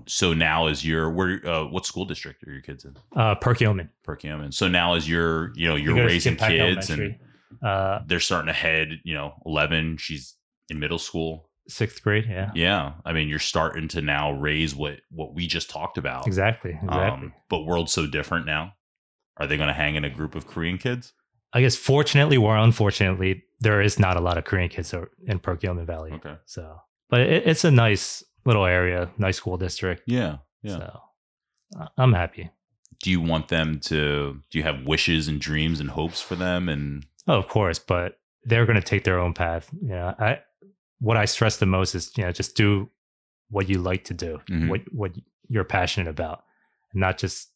Speaker 1: So now, as your where, uh, what school district are your kids in?
Speaker 3: Uh, Perkiomen.
Speaker 1: Perkham. And so now, as you're, you know,
Speaker 3: You
Speaker 1: you're
Speaker 3: go to
Speaker 1: raising
Speaker 3: Skip Pack
Speaker 1: kids, and
Speaker 3: Elementary, uh,
Speaker 1: they're starting to head, you know, eleven. She's in middle school.
Speaker 3: sixth grade. Yeah,
Speaker 1: Yeah, I mean, you're starting to now raise what what we just talked about.
Speaker 3: exactly, exactly.
Speaker 1: Um, but world's so different now. Are they going to hang in a group of Korean kids?
Speaker 3: I guess fortunately or unfortunately, there is not a lot of Korean kids o- in Perkiomen Valley.
Speaker 1: Okay.
Speaker 3: So, but it, it's a nice little area, nice school district.
Speaker 1: Yeah. Yeah.
Speaker 3: So, I- I'm happy.
Speaker 1: Do you want them to? Do you have wishes and dreams and hopes for them? And
Speaker 3: Oh, of course, but they're going to take their own path. You know, I what I stress the most is you know just do what you like to do,
Speaker 1: Mhm.
Speaker 3: what what you're passionate about, and not just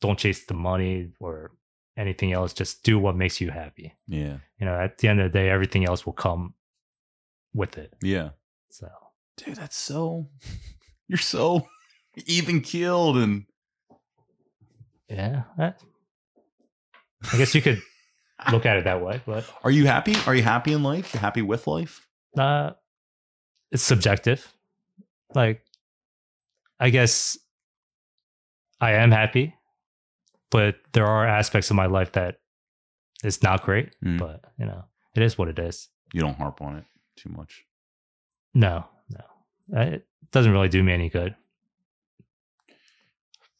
Speaker 3: don't chase the money or anything else. Just do what makes you happy.
Speaker 1: yeah,
Speaker 3: You know, at the end of the day, everything else will come with it.
Speaker 1: yeah,
Speaker 3: So
Speaker 1: dude, that's so. You're so even keeled and
Speaker 3: yeah, I, I guess you could look at it that way, but
Speaker 1: Are you happy? Are you happy in life? You happy with life?
Speaker 3: uh it's subjective like i guess i am happy but there are aspects of my life that is not great
Speaker 1: Mm.
Speaker 3: but you know it is what it is
Speaker 1: You don't harp on it too much.
Speaker 3: no no Uh, it doesn't really do me any good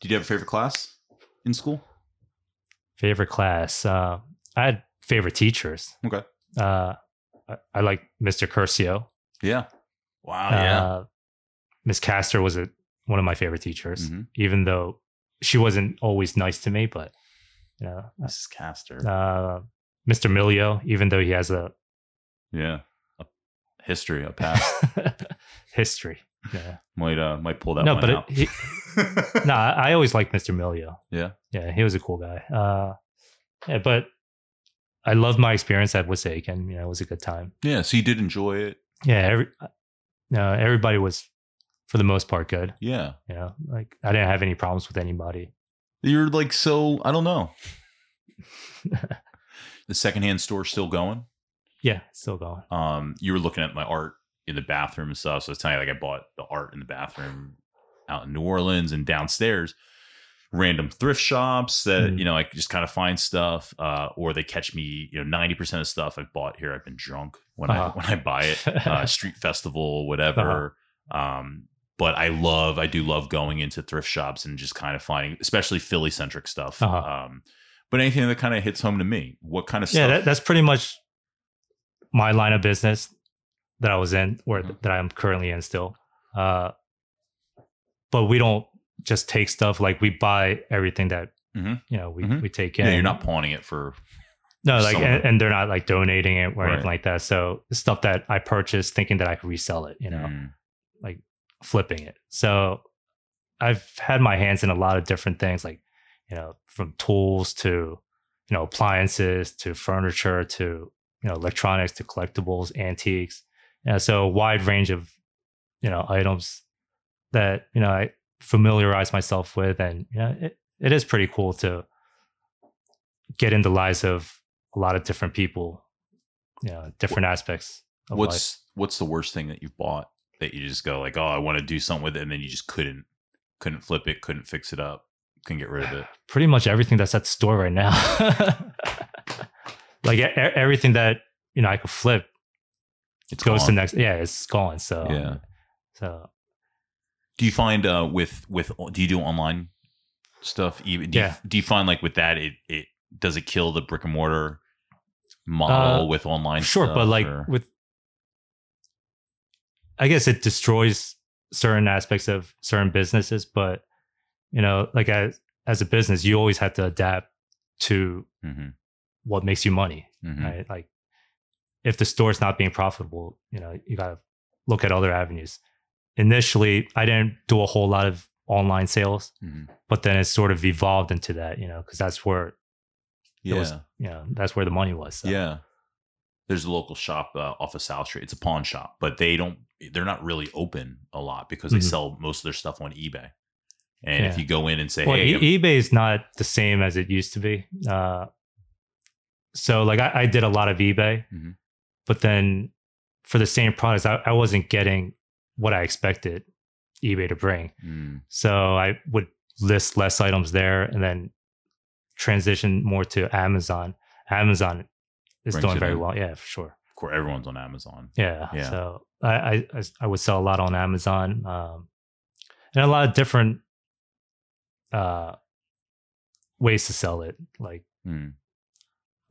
Speaker 1: Did you have a favorite class in school?
Speaker 3: favorite class uh i had favorite teachers
Speaker 1: Okay.
Speaker 3: uh i, I like mr curcio
Speaker 1: Yeah. Wow.
Speaker 3: uh miss castor was a, one of my favorite teachers
Speaker 1: Mhm.
Speaker 3: even though she wasn't always nice to me, but you know,
Speaker 1: Mrs. Castor.
Speaker 3: uh, Mr. Milio, even though he has a
Speaker 1: yeah. A history, a past
Speaker 3: history. Yeah.
Speaker 1: might uh might pull that
Speaker 3: No,
Speaker 1: one
Speaker 3: but it,
Speaker 1: out.
Speaker 3: he, no, I I always liked Mr. Milio.
Speaker 1: Yeah.
Speaker 3: Yeah. He was a cool guy. Uh, yeah, but I loved my experience at Wissahickon. You know, it was a good time.
Speaker 1: yeah. So you did enjoy it.
Speaker 3: Yeah. Every, uh, no, everybody was, for the most part, good.
Speaker 1: Yeah.
Speaker 3: You know, like I didn't have any problems with anybody.
Speaker 1: You're like so. I don't know. the secondhand store's still going.
Speaker 3: Yeah. Still going.
Speaker 1: um you were looking at my art in the bathroom and stuff so i was telling you like i bought the art in the bathroom out in new orleans and downstairs random thrift shops that
Speaker 3: Mm.
Speaker 1: you know i could just kind of find stuff uh or they catch me you know 90% of stuff i've bought here i've been drunk when
Speaker 3: Uh-huh.
Speaker 1: i when i buy it uh, street festival whatever um but I love, I do love going into thrift shops and just kind of finding, especially Philly centric stuff.
Speaker 3: Uh-huh.
Speaker 1: Um, but anything that kind of hits home to me, what kind of
Speaker 3: yeah,
Speaker 1: stuff?
Speaker 3: that, that's pretty much my line of business that I was in or
Speaker 1: Mm-hmm.
Speaker 3: th- that I'm currently in still. Uh, but we don't just take stuff like we buy everything that
Speaker 1: Mhm.
Speaker 3: you know we,
Speaker 1: Mhm.
Speaker 3: we take in.
Speaker 1: yeah, you're not pawning it for
Speaker 3: no like
Speaker 1: someone.
Speaker 3: and, and they're not like donating it or
Speaker 1: Right.
Speaker 3: anything like that. So stuff that I purchased thinking that I could resell it, you know,
Speaker 1: Mm.
Speaker 3: flipping it. So I've had my hands in a lot of different things, like you know, from tools to you know appliances to furniture to you know electronics to collectibles, antiques. And so a wide range of you know items that you know I familiarize myself with, and you know it, it is pretty cool to get into lives of a lot of different people, you know, different aspects. Of life.
Speaker 1: what's what's the worst thing that you've bought that you just go like oh i want to do something with it and then you just couldn't couldn't flip it couldn't fix it up couldn't get rid of it
Speaker 3: pretty much everything that's at the store right now. like e- e- everything that you know I could flip
Speaker 1: It's
Speaker 3: goes to
Speaker 1: gone.
Speaker 3: next. Yeah, it's gone. So
Speaker 1: yeah
Speaker 3: so
Speaker 1: do you find uh with with do you do online stuff even do,
Speaker 3: Yeah.
Speaker 1: you, do you find like with that it it does it kill the brick and mortar model
Speaker 3: Uh,
Speaker 1: with online
Speaker 3: sure, but
Speaker 1: stuff,
Speaker 3: like
Speaker 1: or-
Speaker 3: with, I guess it destroys certain aspects of certain businesses, but you know, like as as a business, you always have to adapt to
Speaker 1: Mhm,
Speaker 3: what makes you money,
Speaker 1: mhm.
Speaker 3: right? Like if the store's not being profitable, you know, you gotta look at other avenues. Initially, I didn't do a whole lot of online sales,
Speaker 1: Mhm.
Speaker 3: but then it sort of evolved into that, you know, because that's where
Speaker 1: yeah
Speaker 3: was- you know that's where the money was. So.
Speaker 1: yeah there's a local shop uh, off of south street it's a pawn shop but they don't they're not really open a lot because
Speaker 3: Mhm.
Speaker 1: they sell most of their stuff on ebay And if
Speaker 3: Yeah.
Speaker 1: you go in and say,
Speaker 3: Well,
Speaker 1: hey,
Speaker 3: e-
Speaker 1: I'm-
Speaker 3: eBay is not the same as it used to be. Uh, so, like, I, I did a lot of eBay,
Speaker 1: Mhm.
Speaker 3: but then for the same products, I, I wasn't getting what I expected eBay to bring.
Speaker 1: Mm,
Speaker 3: So, I would list less items there and then transition more to Amazon. Amazon is
Speaker 1: Brings
Speaker 3: doing
Speaker 1: it
Speaker 3: very
Speaker 1: in.
Speaker 3: well. Yeah, for sure.
Speaker 1: of course, everyone's on Amazon.
Speaker 3: Yeah.
Speaker 1: Yeah.
Speaker 3: So I, I I- I would sell a lot on Amazon, um, and a lot of different uh, ways to sell it. Like
Speaker 1: Mm.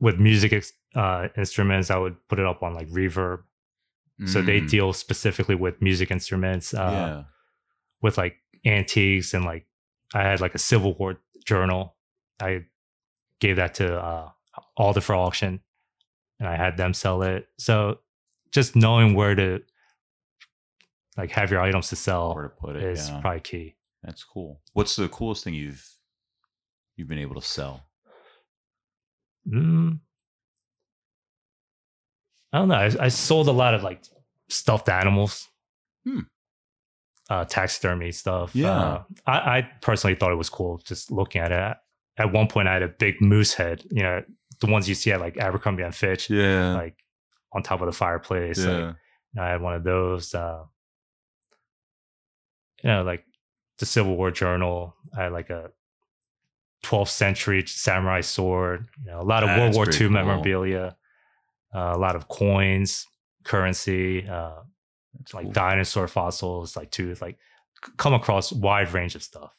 Speaker 3: with music ex- uh, instruments, I would put it up on like Reverb. So they
Speaker 1: Mm,
Speaker 3: deal specifically with music instruments, uh,
Speaker 1: yeah.
Speaker 3: with like antiques and like I had like a Civil War journal. I gave that to uh, Alder for auction, and I had them sell it. So just knowing where to like have your items to
Speaker 1: Where to
Speaker 3: sell
Speaker 1: put it.
Speaker 3: is
Speaker 1: Yeah.
Speaker 3: probably key.
Speaker 1: That's cool. What's the coolest thing you've you've been able to sell?
Speaker 3: Mm. I don't know. I, I sold a lot of like stuffed animals,
Speaker 1: Hmm.
Speaker 3: uh, taxidermy stuff.
Speaker 1: Yeah.
Speaker 3: Uh, I, I personally thought it was cool just looking at it. At one point, I had a big moose head, you know, the ones you see at like Abercrombie and Fitch,
Speaker 1: Yeah.
Speaker 3: like on top of the fireplace. Like, I had one of those. Uh, you know, like the Civil War journal. I had like a 12th century samurai sword. You know, a lot of
Speaker 1: That's
Speaker 3: World War II
Speaker 1: pretty cool.
Speaker 3: memorabilia. Uh, a lot of coins, currency, uh,
Speaker 1: That's
Speaker 3: like
Speaker 1: cool.
Speaker 3: dinosaur fossils, like tooth, like c- come across wide range of stuff.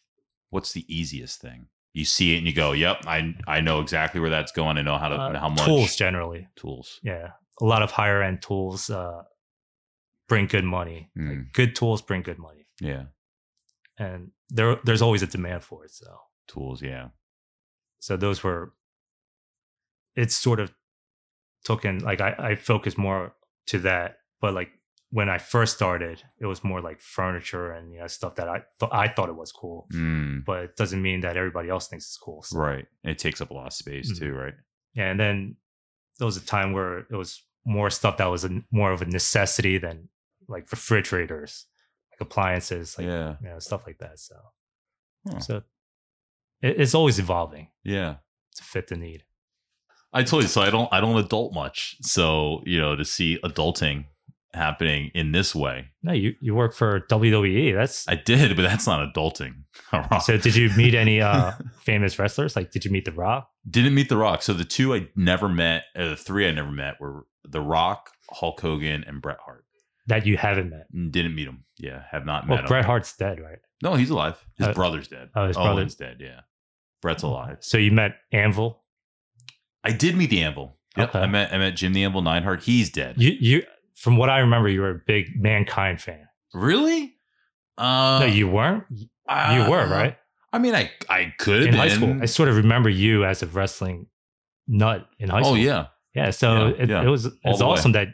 Speaker 1: What's the easiest thing? You see it and you go, "Yep, I I know exactly where that's going. I know how to
Speaker 3: Uh,
Speaker 1: how much
Speaker 3: Tools generally,
Speaker 1: Tools.
Speaker 3: yeah, a lot of higher end tools uh, bring good money.
Speaker 1: Mm.
Speaker 3: Like good tools bring good money,
Speaker 1: Yeah,
Speaker 3: and there there's always a demand for it. So.
Speaker 1: tools. Yeah,
Speaker 3: so those were it's sort of taken like I, I focused more to that but like when i first started it was more like furniture and you know stuff that i thought i thought it was cool
Speaker 1: Mm,
Speaker 3: but it doesn't mean that everybody else thinks it's cool so,
Speaker 1: right. And it takes up a lot of space
Speaker 3: Mhm.
Speaker 1: too, right?
Speaker 3: and then there was a time where it was more stuff that was a, more of a necessity than like refrigerators like appliances like
Speaker 1: yeah,
Speaker 3: you know stuff like that so
Speaker 1: Huh.
Speaker 3: so it, it's always evolving
Speaker 1: yeah.
Speaker 3: to fit the need
Speaker 1: I told you so. I don't I don't adult much, so you know to see adulting happening in this way,
Speaker 3: No, you, you work for WWE. That's
Speaker 1: I did, but that's not adulting. Rock.
Speaker 3: so. Did you meet any uh, famous wrestlers? Like, did you meet The Rock?
Speaker 1: Didn't meet The Rock. So the two I never met, uh, the three I never met were The Rock, Hulk Hogan, and Bret Hart. Mm,
Speaker 3: That you haven't met.
Speaker 1: Didn't meet him. Yeah, have not met
Speaker 3: Well,
Speaker 1: him.
Speaker 3: Bret Hart's dead, right?
Speaker 1: No, he's alive. His
Speaker 3: Uh,
Speaker 1: brother's dead.
Speaker 3: oh, his brother- Mm-hmm.
Speaker 1: Owen's dead. Yeah, Bret's alive.
Speaker 3: So you met Anvil.
Speaker 1: I did meet the Anvil. Yep,
Speaker 3: Okay.
Speaker 1: I met I met Jim the Anvil Neidhart. He's dead.
Speaker 3: You you from what I remember, you were a big Mankind fan.
Speaker 1: really? Uh,
Speaker 3: no, you weren't. You were right
Speaker 1: I mean, I I could have
Speaker 3: in
Speaker 1: been
Speaker 3: high school. I sort of remember you as a wrestling nut in high school.
Speaker 1: oh yeah,
Speaker 3: yeah. So
Speaker 1: Yeah,
Speaker 3: it,
Speaker 1: yeah.
Speaker 3: it was it's
Speaker 1: the way.
Speaker 3: awesome that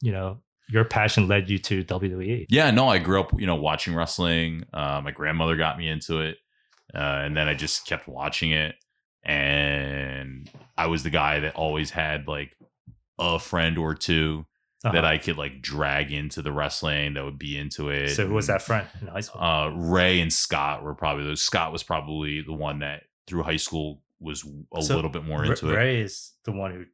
Speaker 3: you know your passion led you to E. WWE.
Speaker 1: yeah. No, I grew up, you know, watching wrestling. Uh, my grandmother got me into it, uh, and then I just kept watching it. And I was the guy that always had like a friend or 2
Speaker 3: Uh-huh.
Speaker 1: that I could like drag into the wrestling that would be into it.
Speaker 3: So who was that friend in high school?
Speaker 1: uh, Ray and Scott were probably those. Scott was probably the one that through high school was a
Speaker 3: So,
Speaker 1: little bit more
Speaker 3: Ray-
Speaker 1: into it.
Speaker 3: Ray is the one who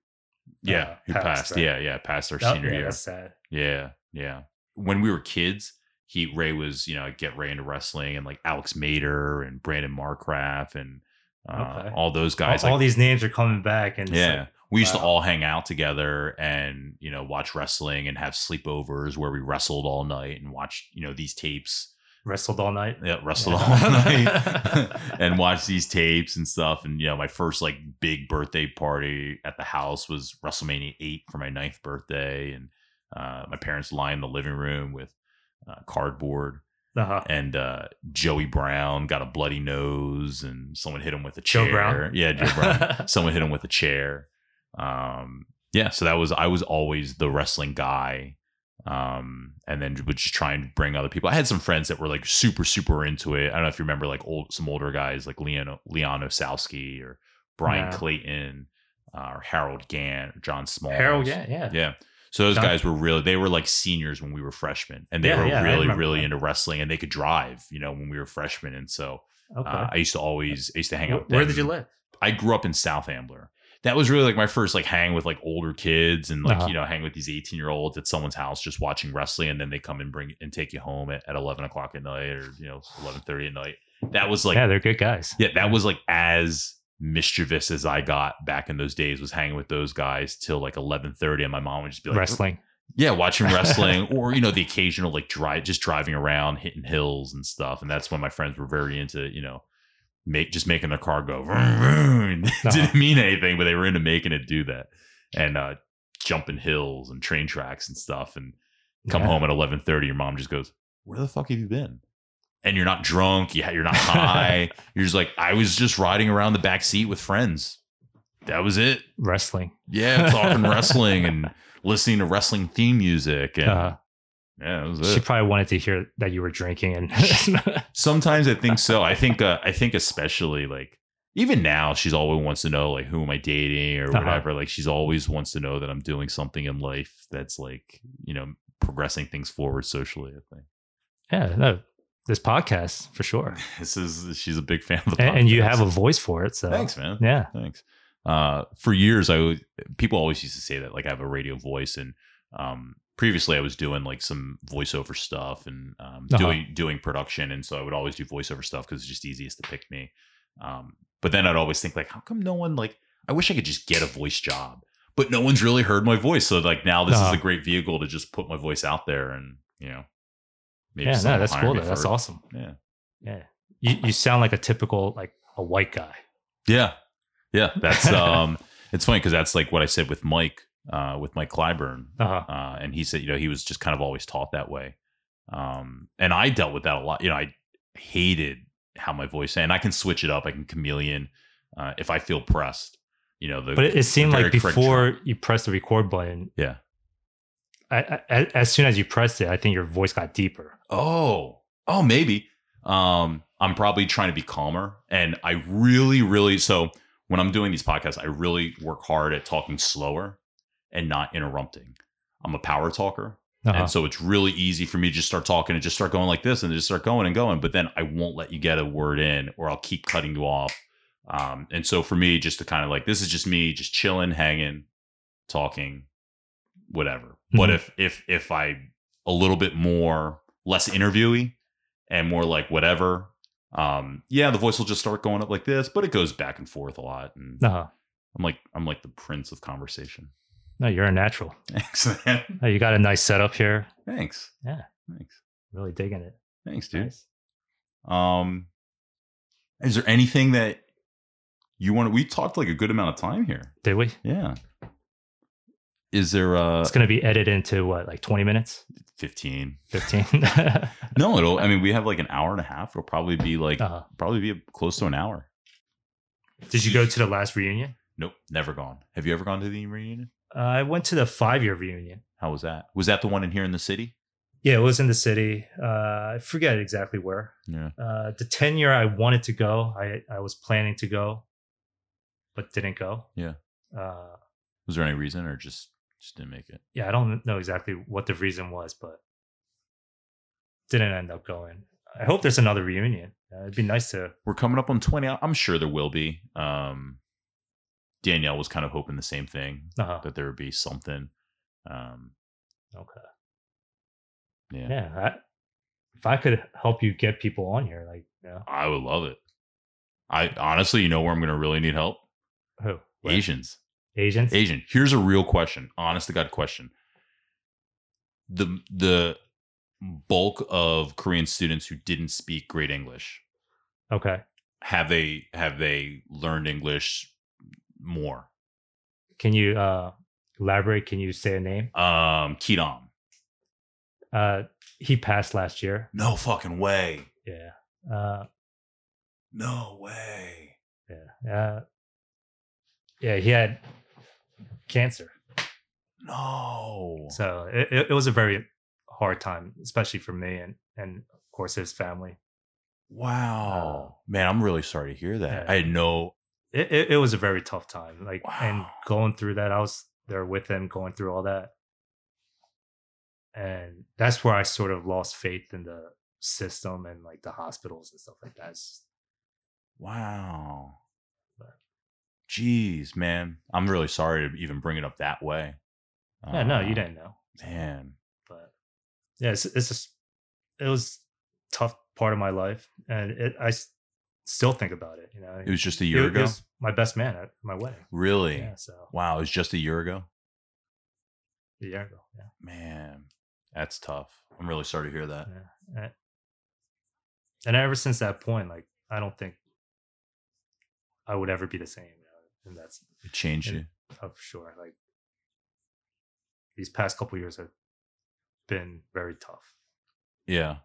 Speaker 1: yeah,
Speaker 3: uh,
Speaker 1: who
Speaker 3: passed,
Speaker 1: passed?
Speaker 3: right?
Speaker 1: Yeah, yeah, passed our
Speaker 3: Oh,
Speaker 1: senior
Speaker 3: yeah,
Speaker 1: year.
Speaker 3: That's sad.
Speaker 1: Yeah, yeah. When we were kids, he Ray was you know get Ray into wrestling and like Alex Mater and Brandon Markraff and uh,
Speaker 3: Okay.
Speaker 1: all those guys.
Speaker 3: all,
Speaker 1: like,
Speaker 3: all these names are coming back, and
Speaker 1: yeah.
Speaker 3: yeah,
Speaker 1: we used to
Speaker 3: wow.
Speaker 1: all hang out together and, you know, watch wrestling and have sleepovers where we wrestled all night and watched, you know, these tapes
Speaker 3: wrestled all night.
Speaker 1: yeah, wrestled
Speaker 3: Yeah.
Speaker 1: all night and watched these tapes and stuff. And you know, my first like big birthday party at the house was WrestleMania eight for my ninth birthday, and uh, my parents lined the living room with uh, cardboard.
Speaker 3: Uh-huh.
Speaker 1: And uh, Joey Brown got a bloody nose, and someone hit him with a chair.
Speaker 3: Joe Brown?
Speaker 1: yeah, Joe Brown. someone hit him with a chair. Um, yeah, so that was I was always the wrestling guy um, and then would just try and bring other people. I had some friends that were like super, super into it. I don't know if you remember like old some older guys like Leon Leon Osowski or Brian
Speaker 3: Yeah.
Speaker 1: Clayton uh, or Harold Gann or John Small.
Speaker 3: Harold, yeah, yeah,
Speaker 1: Yeah. So those
Speaker 3: John-
Speaker 1: guys were really they were like seniors when we were freshmen and they
Speaker 3: Yeah,
Speaker 1: were
Speaker 3: yeah, I
Speaker 1: really,
Speaker 3: remember
Speaker 1: really
Speaker 3: that.
Speaker 1: into wrestling and they could drive, you know, when we were freshmen. And so
Speaker 3: Okay.
Speaker 1: Uh, I used to always I used to hang
Speaker 5: Where,
Speaker 1: out. with
Speaker 5: where
Speaker 1: them.
Speaker 5: did you live?
Speaker 1: I grew up in South Ambler. That was really like my first like hang with like older kids and like
Speaker 3: Uh-huh.
Speaker 1: you know hang with these eighteen year olds at someone's house just watching wrestling and then they come and bring and take you home at, at eleven o'clock at night or you know eleven thirty at night. That was like
Speaker 3: yeah, they're good guys.
Speaker 1: yeah, that was like as mischievous as I got back in those days was hanging with those guys till like eleven thirty and my mom would just be like
Speaker 3: Wrestling.
Speaker 1: yeah, watching wrestling or you know the occasional like drive, just driving around, hitting hills and stuff. And that's when my friends were very into you know make just making their car go. Vroom, vroom. It Didn't mean anything, but they were into making it do that and uh, jumping hills and train tracks and stuff. And come
Speaker 3: Yeah.
Speaker 1: home at eleven thirty, your mom just goes, "Where the fuck have you been?" And you're not drunk. You ha- you're not high. you're just like I was just riding around the back seat with friends. That was it.
Speaker 3: Wrestling.
Speaker 1: Yeah, talking wrestling and listening to wrestling theme music and
Speaker 3: Uh,
Speaker 1: yeah, that was
Speaker 3: she
Speaker 1: it.
Speaker 3: probably wanted to hear that you were drinking and
Speaker 1: Sometimes I think so. I think uh, I think especially like even now she's always wants to know like who am I dating or
Speaker 3: Uh-huh.
Speaker 1: whatever. Like she's always wants to know that I'm doing something in life that's like you know progressing things forward socially. I think
Speaker 3: yeah, no, this podcast for sure.
Speaker 1: this is she's a big fan of the
Speaker 3: And, and you
Speaker 1: podcast.
Speaker 3: have a voice for it. So
Speaker 1: thanks man.
Speaker 3: Yeah.
Speaker 1: Thanks. Uh, for years, I always- people always used to say that like I have a radio voice, and um, previously I was doing like some voiceover stuff and um,
Speaker 3: Uh-huh.
Speaker 1: doing doing production, and so I would always do voiceover stuff because it's just easiest to pick me. Um, but then I'd always think like, how come no one like? I wish I could just get a voice job, but no one's really heard my voice. So like now this
Speaker 3: Uh-huh.
Speaker 1: is a great vehicle to just put my voice out there, and you know, maybe
Speaker 3: yeah,
Speaker 1: someone will
Speaker 3: no, that's
Speaker 1: hire
Speaker 3: cool.
Speaker 1: me
Speaker 3: Though. That's
Speaker 1: for it.
Speaker 3: awesome.
Speaker 1: Yeah.
Speaker 3: Yeah. You, you sound like a typical, like a white guy.
Speaker 1: Yeah. Yeah. That's um it's funny because that's like what I said with Mike, uh, with Mike Clyburn.
Speaker 3: Uh-huh.
Speaker 1: Uh, and he said, you know, he was just kind of always taught that way. Um, and I dealt with that a lot. You know, I hated how my voice and I can switch it up, I can chameleon uh, if I feel pressed, you know, the
Speaker 3: But it, it seemed like
Speaker 1: very French
Speaker 3: before you pressed the record button,
Speaker 1: Yeah.
Speaker 3: I, I, as soon as you pressed it, I think your voice got deeper.
Speaker 1: Oh, oh, maybe. Um, I'm probably trying to be calmer, and I really, really. So when I'm doing these podcasts, I really work hard at talking slower and not interrupting. I'm a power talker,
Speaker 3: Uh-huh.
Speaker 1: and so it's really easy for me to just start talking and just start going like this, and just start going and going. But then I won't let you get a word in, or I'll keep cutting you off. Um, and so for me, just to kind of like this is just me, just chilling, hanging, talking, whatever. But
Speaker 3: Mhm.
Speaker 1: if if if I a little bit more less interviewy and more like whatever. Um, yeah, the voice will just start going up like this, but it goes back and forth a lot. And
Speaker 3: uh-huh.
Speaker 1: I'm like, I'm like the prince of conversation.
Speaker 3: No, you're a natural.
Speaker 1: Thanks, man.
Speaker 3: No, you got a nice setup here.
Speaker 1: Thanks.
Speaker 3: Yeah.
Speaker 1: Thanks.
Speaker 3: Really digging it.
Speaker 1: Thanks, dude.
Speaker 3: Nice.
Speaker 1: Um, is there anything that you want? to We talked like a good amount of time here.
Speaker 3: Did we?
Speaker 1: Yeah. Is there uh
Speaker 3: it's going to be edited into what, like 20 minutes?
Speaker 1: 15?
Speaker 3: 15?
Speaker 1: No, it'll. I mean, we have like an hour and a half. It'll probably be like
Speaker 3: uh,
Speaker 1: probably be close to an hour.
Speaker 3: did you go to the last reunion?
Speaker 1: Nope, never gone. Have you ever gone to the reunion?
Speaker 3: Uh, I went to the five year reunion.
Speaker 1: How was that? Was that the one in here in the city?
Speaker 3: Yeah, it was in the city. Uh, I forget exactly where.
Speaker 1: Yeah.
Speaker 3: Uh, the 10 year I wanted to go, I, I was planning to go, but didn't go.
Speaker 1: Yeah.
Speaker 3: Uh,
Speaker 1: Was there any reason, or just just didn't make it?
Speaker 3: yeah, I don't know exactly what the reason was, but didn't end up going. I hope there's another reunion. Uh, it'd be nice to.
Speaker 1: We're coming up on twenty. I- I'm sure there will be. Um, Danielle was kind of hoping the same thing
Speaker 3: Uh-huh.
Speaker 1: that there would be something. Um,
Speaker 3: Okay.
Speaker 1: yeah.
Speaker 3: Yeah. I, if I could help you get people on here, like, you know,
Speaker 1: I would love it. I honestly, you know, where I'm going to really need help?
Speaker 3: who? Where?
Speaker 1: Asians.
Speaker 3: Asians?
Speaker 1: Asian. Here's a real question, honest to god question. The the bulk of Korean students who didn't speak great English
Speaker 3: Okay.
Speaker 1: have they have they learned English more?
Speaker 3: Can you uh, elaborate? Can you say a name?
Speaker 1: Um, Kidam.
Speaker 3: Uh, he passed last year.
Speaker 1: No fucking way.
Speaker 3: Yeah. Uh,
Speaker 1: No way.
Speaker 3: yeah. Uh, yeah. He had cancer.
Speaker 1: No.
Speaker 3: So it, it, it was a very hard time, especially for me and, and of course his family.
Speaker 1: wow. Man, I'm really sorry to hear that.
Speaker 3: Yeah.
Speaker 1: I had no
Speaker 3: It, it, it was a very tough time. Like, and
Speaker 1: Wow.
Speaker 3: going through that, I was there with him going through all that. And that's where I sort of lost faith in the system and like the hospitals and stuff like that. It's-
Speaker 1: Wow. Jeez, man. I'm really sorry to even bring it up that way.
Speaker 3: yeah, no, you
Speaker 1: Uh,
Speaker 3: didn't know.
Speaker 1: Man.
Speaker 3: but yeah, it's, it's just it was a tough part of my life, and it, I s- still think about it. You know,
Speaker 1: It was just a year ago.
Speaker 3: my best man at my wedding.
Speaker 1: really?
Speaker 3: Yeah, so
Speaker 1: Wow, it was just a year ago.
Speaker 3: a year ago. Yeah,
Speaker 1: Man, that's tough. I'm really sorry to hear that.
Speaker 3: and ever since that point, like I don't think I would ever be the same. You know? And that's
Speaker 1: It changed
Speaker 3: Yeah.
Speaker 1: you.
Speaker 3: uh, for sure. Like these past couple years have been very tough.
Speaker 1: Yeah.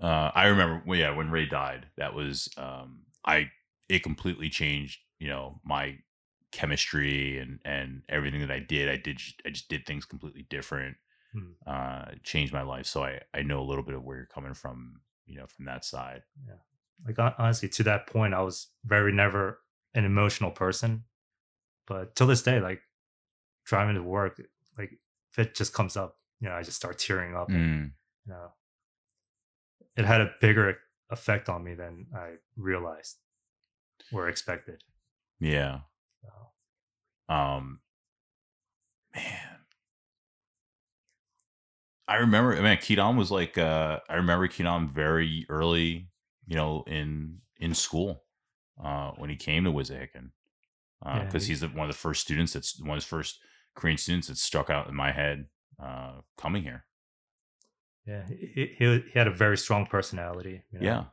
Speaker 1: Uh, I remember, well, yeah, when Ray died, that was, um, I, it completely changed, you know, my chemistry and, and everything that I did. I did, I just did things completely different,
Speaker 3: Hmm.
Speaker 1: uh, it changed my life. So I, I know a little bit of where you're coming from, you know, from that side.
Speaker 3: like hon- honestly to that point i was very never an emotional person but till this day like driving to work like if it just comes up you know i just start tearing up
Speaker 1: Mm.
Speaker 3: and, you know it had a bigger effect on me than i realized or expected
Speaker 1: Yeah.
Speaker 3: so,
Speaker 1: Um, man, I remember. Man, Keaton was like. Uh, I remember Keaton very early. You know, in in school, uh, when he came to Wissahickon,
Speaker 3: Yeah,
Speaker 1: because
Speaker 3: he-
Speaker 1: he's the, one of the first students that's one of the first Korean students that stuck out in my head uh, coming here.
Speaker 3: yeah he, he, he had a very strong personality you know?
Speaker 1: Yeah.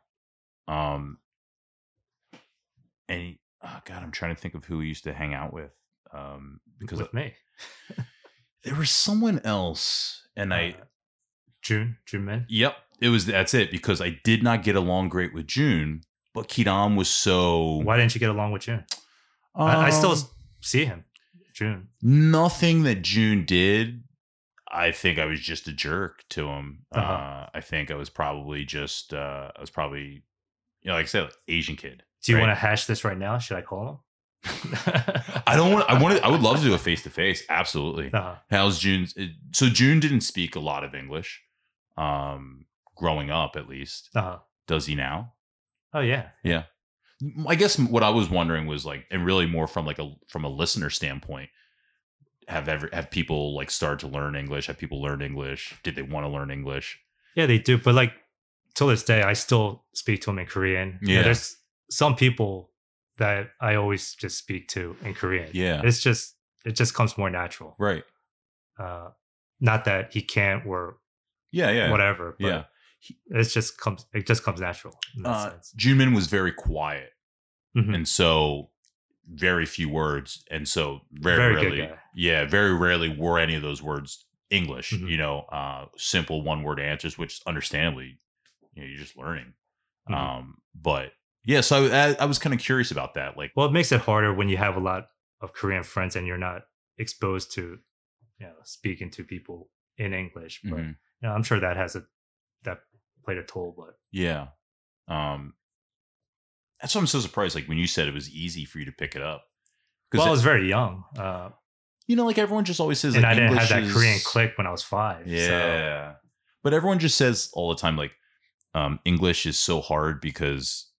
Speaker 1: Um. And he, oh God, I'm trying to think of who he used to hang out with. Um, because
Speaker 3: with me
Speaker 1: there was someone else, and I
Speaker 3: Uh, june june min
Speaker 1: Yep, it was. That's it. Because I did not get along great with June, but Kidam was so.
Speaker 3: why didn't you get along with june I, I still
Speaker 1: Um,
Speaker 3: s- see him june
Speaker 1: nothing that June did. I think I was just a jerk to him. uh
Speaker 3: Uh-huh.
Speaker 1: I think I was probably just. Uh, I was probably, you know, like I said, like Asian kid.
Speaker 3: Do you
Speaker 1: Right.
Speaker 3: want to hash this right now? Should I call Uh-huh, him?
Speaker 1: I don't want. I wanted. I would love to do a face to face. Absolutely.
Speaker 3: Uh,
Speaker 1: How's June's? it- So June didn't speak a lot of English, um, growing up at least.
Speaker 3: uh,
Speaker 1: Does he now?
Speaker 3: oh yeah,
Speaker 1: I guess what I was wondering was like, and really more from like a from a listener standpoint, have ever have people like started to learn English? Have people learned English? Did they want to learn English?
Speaker 3: yeah, they do. But like till this day, I still speak to him in Korean. You know,
Speaker 1: Yeah.
Speaker 3: there's some people that I always just speak to in Korean.
Speaker 1: Yeah.
Speaker 3: it's just it just comes more natural.
Speaker 1: Right.
Speaker 3: Uh, not that he can't or
Speaker 1: Yeah. Yeah.
Speaker 3: whatever. But
Speaker 1: Yeah.
Speaker 3: it's just comes it just comes natural. In that
Speaker 1: Uh,
Speaker 3: sense.
Speaker 1: Jumin was very quiet,
Speaker 3: Mhm.
Speaker 1: and so very few words, and so very
Speaker 3: Very good
Speaker 1: rarely,
Speaker 3: guy.
Speaker 1: yeah, very rarely were any of those words English.
Speaker 3: Mhm.
Speaker 1: You know, uh, simple one word answers, which understandably, you know, you're just learning.
Speaker 3: Mhm.
Speaker 1: Um, but yeah, so I, I was kind of curious about that, like.
Speaker 3: well, it makes it harder when you have a lot of Korean friends and you're not exposed to you know speaking to people in English, but.
Speaker 1: mhm.
Speaker 3: Yeah, I'm sure that has a that played a toll, but
Speaker 1: Yeah. Um That's why I'm so surprised. Like when you said it was easy for you to pick it up.
Speaker 3: well,
Speaker 1: Because
Speaker 3: I was very young, uh,
Speaker 1: you know, like everyone just always says
Speaker 3: and
Speaker 1: like,
Speaker 3: I didn't have that
Speaker 1: English
Speaker 3: Korean
Speaker 1: is-
Speaker 3: click when I was five. so,
Speaker 1: Yeah. But everyone just says all the time, like, um, English is so hard because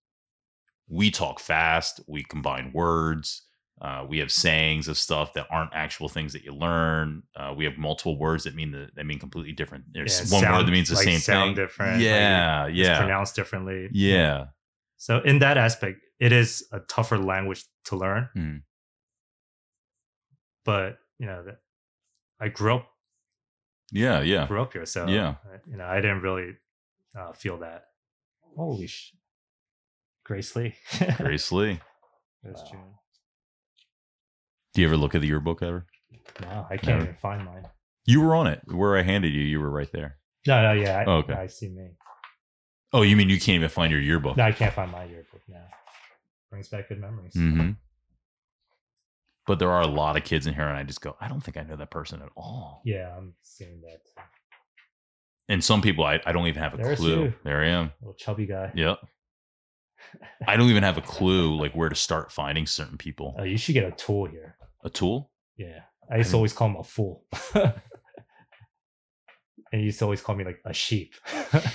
Speaker 1: we talk fast, we combine words, uh, we have sayings of stuff that aren't actual things that you learn. Uh, we have multiple words that mean the, that mean completely different. There's
Speaker 3: Yeah,
Speaker 1: one word
Speaker 3: sound-
Speaker 1: that means the
Speaker 3: like,
Speaker 1: same
Speaker 3: sound
Speaker 1: thing.
Speaker 3: different, like,
Speaker 1: Yeah,
Speaker 3: it's
Speaker 1: yeah,
Speaker 3: pronounced differently.
Speaker 1: yeah,
Speaker 3: So in that aspect, it is a tougher language to learn.
Speaker 1: Mm.
Speaker 3: But you know, that- I grew up
Speaker 1: yeah, yeah.
Speaker 3: grew up here, so
Speaker 1: Yeah.
Speaker 3: uh, you know, I didn't really uh, feel that. Holy sh! Grace Lee.
Speaker 1: Grace Lee.
Speaker 3: There's
Speaker 1: Wow.
Speaker 3: June.
Speaker 1: Do you ever look at the yearbook ever?
Speaker 3: No, I
Speaker 1: Never.
Speaker 3: can't even find mine.
Speaker 1: You were on it. Where I handed you, you were right there.
Speaker 3: No, no, yeah. I,
Speaker 1: Oh, okay.
Speaker 3: I see me.
Speaker 1: Oh, you mean you can't even find your yearbook?
Speaker 3: No, I can't find my yearbook now. Brings back good memories.
Speaker 1: hmm But there are a lot of kids in here, and I just go, I don't think I know that person at all.
Speaker 3: Yeah, I'm seeing that.
Speaker 1: And some people, I, I don't even have a
Speaker 3: There's
Speaker 1: clue.
Speaker 3: you.
Speaker 1: There I am.
Speaker 3: Little chubby guy.
Speaker 1: Yep. I don't even have a clue like where to start finding certain people.
Speaker 3: Oh, you should get a tool here.
Speaker 1: A tool?
Speaker 3: Yeah. I used to always call him a fool. and he used to always call me like a sheep. That's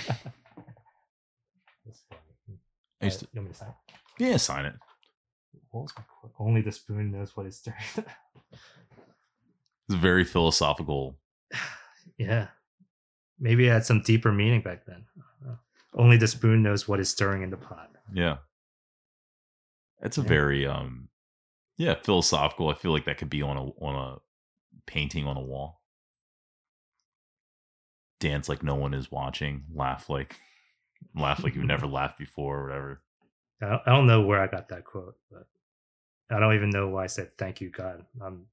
Speaker 3: funny.
Speaker 1: I used to,
Speaker 3: you want me to sign? it?
Speaker 1: yeah, sign it.
Speaker 3: What was my quote? Only the spoon knows what is stirring.
Speaker 1: It's very philosophical.
Speaker 3: yeah, maybe it had some deeper meaning back then. I don't know. Only the spoon knows what is stirring in the pot.
Speaker 1: Yeah. It's a
Speaker 3: Yeah.
Speaker 1: very um yeah, philosophical. I feel like that could be on a on a painting on a wall. Dance like no one is watching, laugh like laugh like you've never laughed before or whatever.
Speaker 3: I don't, I don't know where I got that quote, but I don't even know why I said thank you God. I'm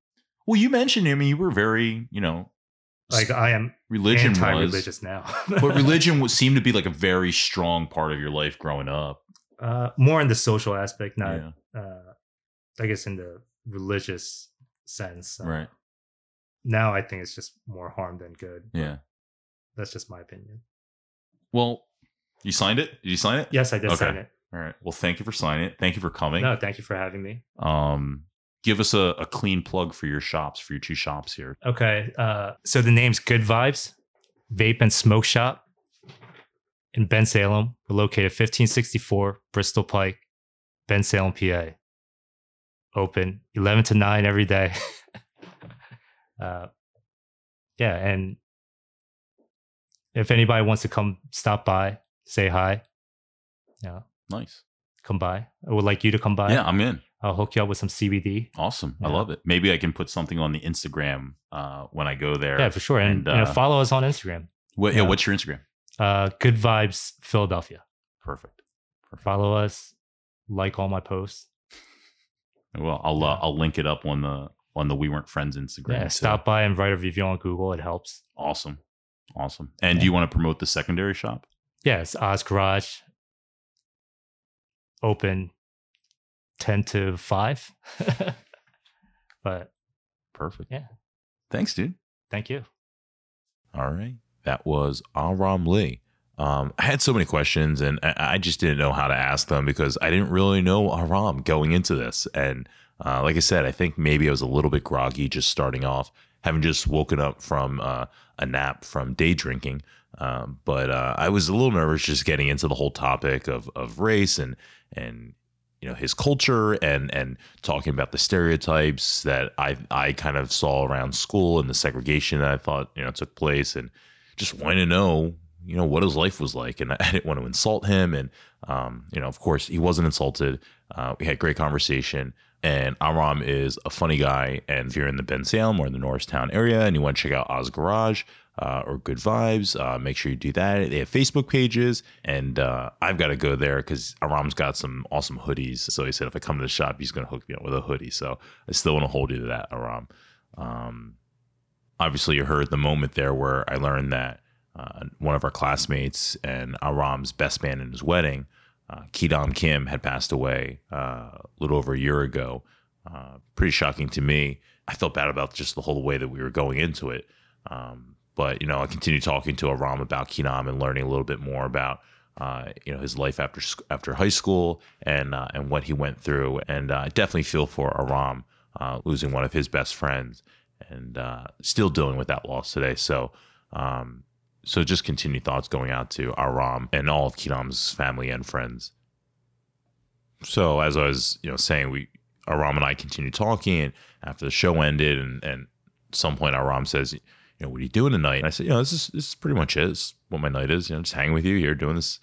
Speaker 1: Well, you mentioned I mean you were very, you know,
Speaker 3: like I am
Speaker 1: religion was
Speaker 3: anti-religious now,
Speaker 1: but religion would seem to be like a very strong part of your life growing up.
Speaker 3: uh, more in the social aspect, not
Speaker 1: yeah.
Speaker 3: uh, I guess in the religious sense. Uh,
Speaker 1: Right.
Speaker 3: now, I think it's just more harm than good.
Speaker 1: Yeah.
Speaker 3: That's just my opinion.
Speaker 1: Well, you signed it? Did you sign it?
Speaker 3: Yes, I did
Speaker 1: Okay.
Speaker 3: sign it.
Speaker 1: All right. Well, thank you for signing it. Thank you for coming.
Speaker 3: No, thank you for having me.
Speaker 1: um give us a, a clean plug for your shops for your two shops here
Speaker 3: Okay. Uh, so the name's Good Vibes Vape and Smoke Shop in Ben Salem. We're located 1564 Bristol Pike, Ben Salem, PA. Open 11 to 9 every day. uh, yeah. And if anybody wants to come stop by, say hi,
Speaker 1: nice
Speaker 3: come by. I would like you to come by.
Speaker 1: yeah i'm in
Speaker 3: I'll hook you up with some CBD.
Speaker 1: awesome i
Speaker 3: Yeah.
Speaker 1: love it maybe i can put something on the instagram uh when i go there
Speaker 3: Yeah, for sure.
Speaker 1: And,
Speaker 3: And, you know,
Speaker 1: uh,
Speaker 3: follow us on Instagram.
Speaker 1: what, yeah.
Speaker 3: yeah.
Speaker 1: what's your instagram
Speaker 3: Uh, Good Vibes Philadelphia.
Speaker 1: perfect
Speaker 3: follow us, like all my posts.
Speaker 1: well i'll uh, i'll link it up on the on the we weren't friends instagram
Speaker 3: Yeah,
Speaker 1: too.
Speaker 3: stop by and write a review on Google. It helps.
Speaker 1: awesome awesome and do you want to promote the secondary shop
Speaker 3: Yeah, it's Oz Garage. Open 10 to 5. but
Speaker 1: perfect
Speaker 3: Yeah.
Speaker 1: thanks dude
Speaker 3: thank you.
Speaker 1: All right. That was Aram Lee. Um, I had so many questions and I, I just didn't know how to ask them because I didn't really know Aram going into this. And uh, like I said, I think maybe I was a little bit groggy just starting off, having just woken up from uh, a nap from day drinking. Um, but uh, I was a little nervous just getting into the whole topic of, of race and and you know his culture and and talking about the stereotypes that I I kind of saw around school and the segregation that I thought you know took place and just wanting to know you know what his life was like and I, didn't want to insult him and um, you know of course he wasn't insulted uh, we had great conversation and Amram is a funny guy and if you're in the Ben Salem or the Norristown area and you want to check out Oz Garage uh, or Good Vibes. Uh, make sure you do that. They have Facebook pages, and uh, I've got to go there because Aram's got some awesome hoodies. So he said if I come to the shop, he's going to hook me up with a hoodie. So I still want to hold you to that, Aram. Um, obviously, you heard the moment there where I learned that uh, one of our classmates and Aram's best man in his wedding, uh, Kidam Kim, had passed away uh, a little over a year ago. Uh, pretty shocking to me. I felt bad about just the whole way that we were going into it. Um, but you know, I continued talking to Aram about Kinam and learning a little bit more about uh, you know his life after sc- after high school and uh, and what he went through. And uh, I definitely feel for Aram uh, losing one of his best friends and uh, still dealing with that loss today. So. Um, so just continued thoughts going out to Aram and all of Kinam's family and friends. So as I was, you know, saying, we Aram and I continued talking, and after the show ended, and and at some point Aram says, you know, what are you doing tonight? And I said, you know, this is this is pretty much it. This is what my night is. You know, just hanging with you here, doing this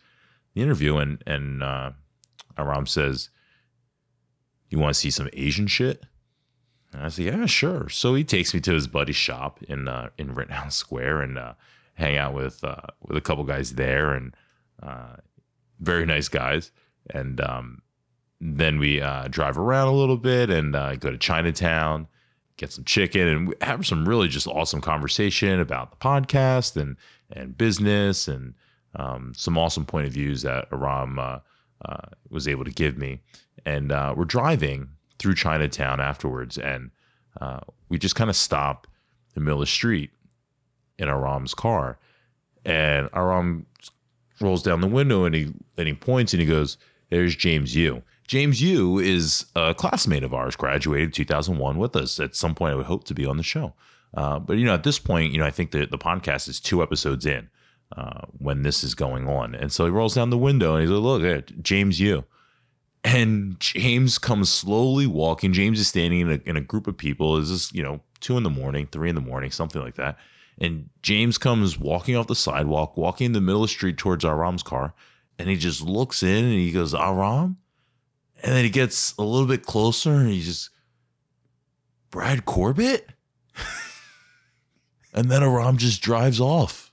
Speaker 1: the interview, and and uh, Aram says, you want to see some Asian shit? And I said, yeah, sure. So he takes me to his buddy's shop in uh, in Rittenhouse Square and uh, hang out with uh, with a couple guys there, and uh, very nice guys, and um, then we uh, drive around a little bit and uh, go to Chinatown get some chicken and have some really just awesome conversation about the podcast and and business and um, some awesome point of views that Aram uh, uh, was able to give me. And uh, we're driving through Chinatown afterwards, and uh, we just kind of stop in the middle of the street in Aram's car, and Aram rolls down the window and he and he points and he goes, "There's James Yu." James Yu is a classmate of ours, graduated 2001 with us. At some point, I would hope to be on the show. Uh, but you know, at this point, you know, I think that the podcast is two episodes in. uh, when this is going on. And so he rolls down the window and he's like, look, eh, James, you. And James comes slowly walking. James is standing in a, in a group of people. This is, you know, two in the morning, three in the morning, something like that. And James comes walking off the sidewalk, walking in the middle of the street towards Aram's car. And he just looks in and he goes, Aram? And then he gets a little bit closer and he just, Brad Corbett? and then Aram just drives off.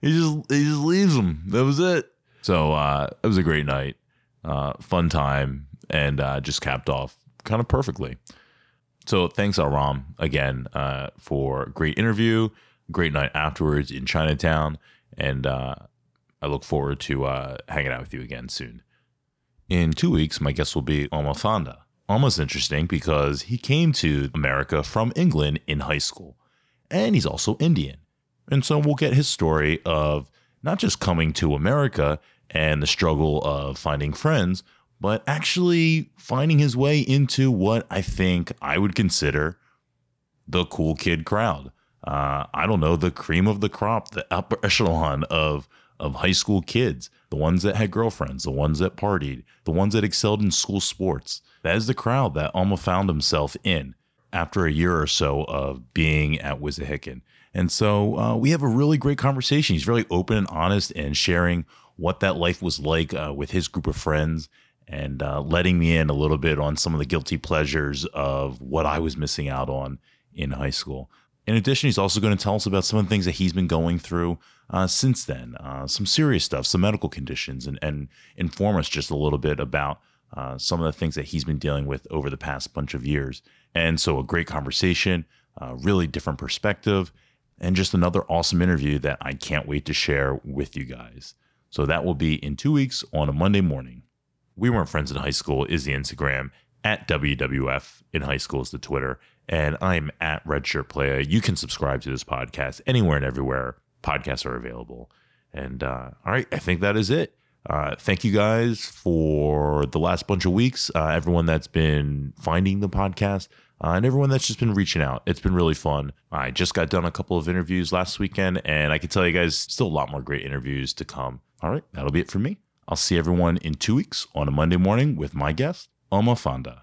Speaker 1: He just he just leaves him. That was it. So uh, it was a great night, uh, fun time, and uh, just capped off kind of perfectly. So thanks Aram again uh, for a great interview, great night afterwards in Chinatown, and uh, I look forward to uh, hanging out with you again soon. In two weeks, my guest will be Alma Fonda. Alma's interesting because he came to America from England in high school, and he's also Indian. And so we'll get his story of not just coming to America and the struggle of finding friends, but actually finding his way into what I think I would consider the cool kid crowd. Uh, I don't know, the cream of the crop, the upper echelon of of high school kids, the ones that had girlfriends, the ones that partied, the ones that excelled in school sports. That is the crowd that Alma found himself in after a year or so of being at Wissahickon. And so uh, we have a really great conversation. He's really open and honest and sharing what that life was like uh, with his group of friends and uh, letting me in a little bit on some of the guilty pleasures of what I was missing out on in high school. In addition, he's also going to tell us about some of the things that he's been going through uh, since then, uh, some serious stuff, some medical conditions, and, and inform us just a little bit about uh, some of the things that he's been dealing with over the past bunch of years. And so, a great conversation, uh, really different perspective, and just another awesome interview that I can't wait to share with you guys. So, that will be in two weeks on a Monday morning. We Weren't Friends in High School is the Instagram, at WWF in High School is the Twitter, and I'm at Redshirt Playa. You can subscribe to this podcast anywhere and everywhere podcasts are available. And uh, all right, I think that is it. Uh, thank you guys for the last bunch of weeks. Uh, everyone that's been finding the podcast uh, and everyone that's just been reaching out. It's been really fun. I just got done a couple of interviews last weekend, and I can tell you guys still a lot more great interviews to come. All right, that'll be it for me. I'll see everyone in two weeks on a Monday morning with my guest, Oma Fonda.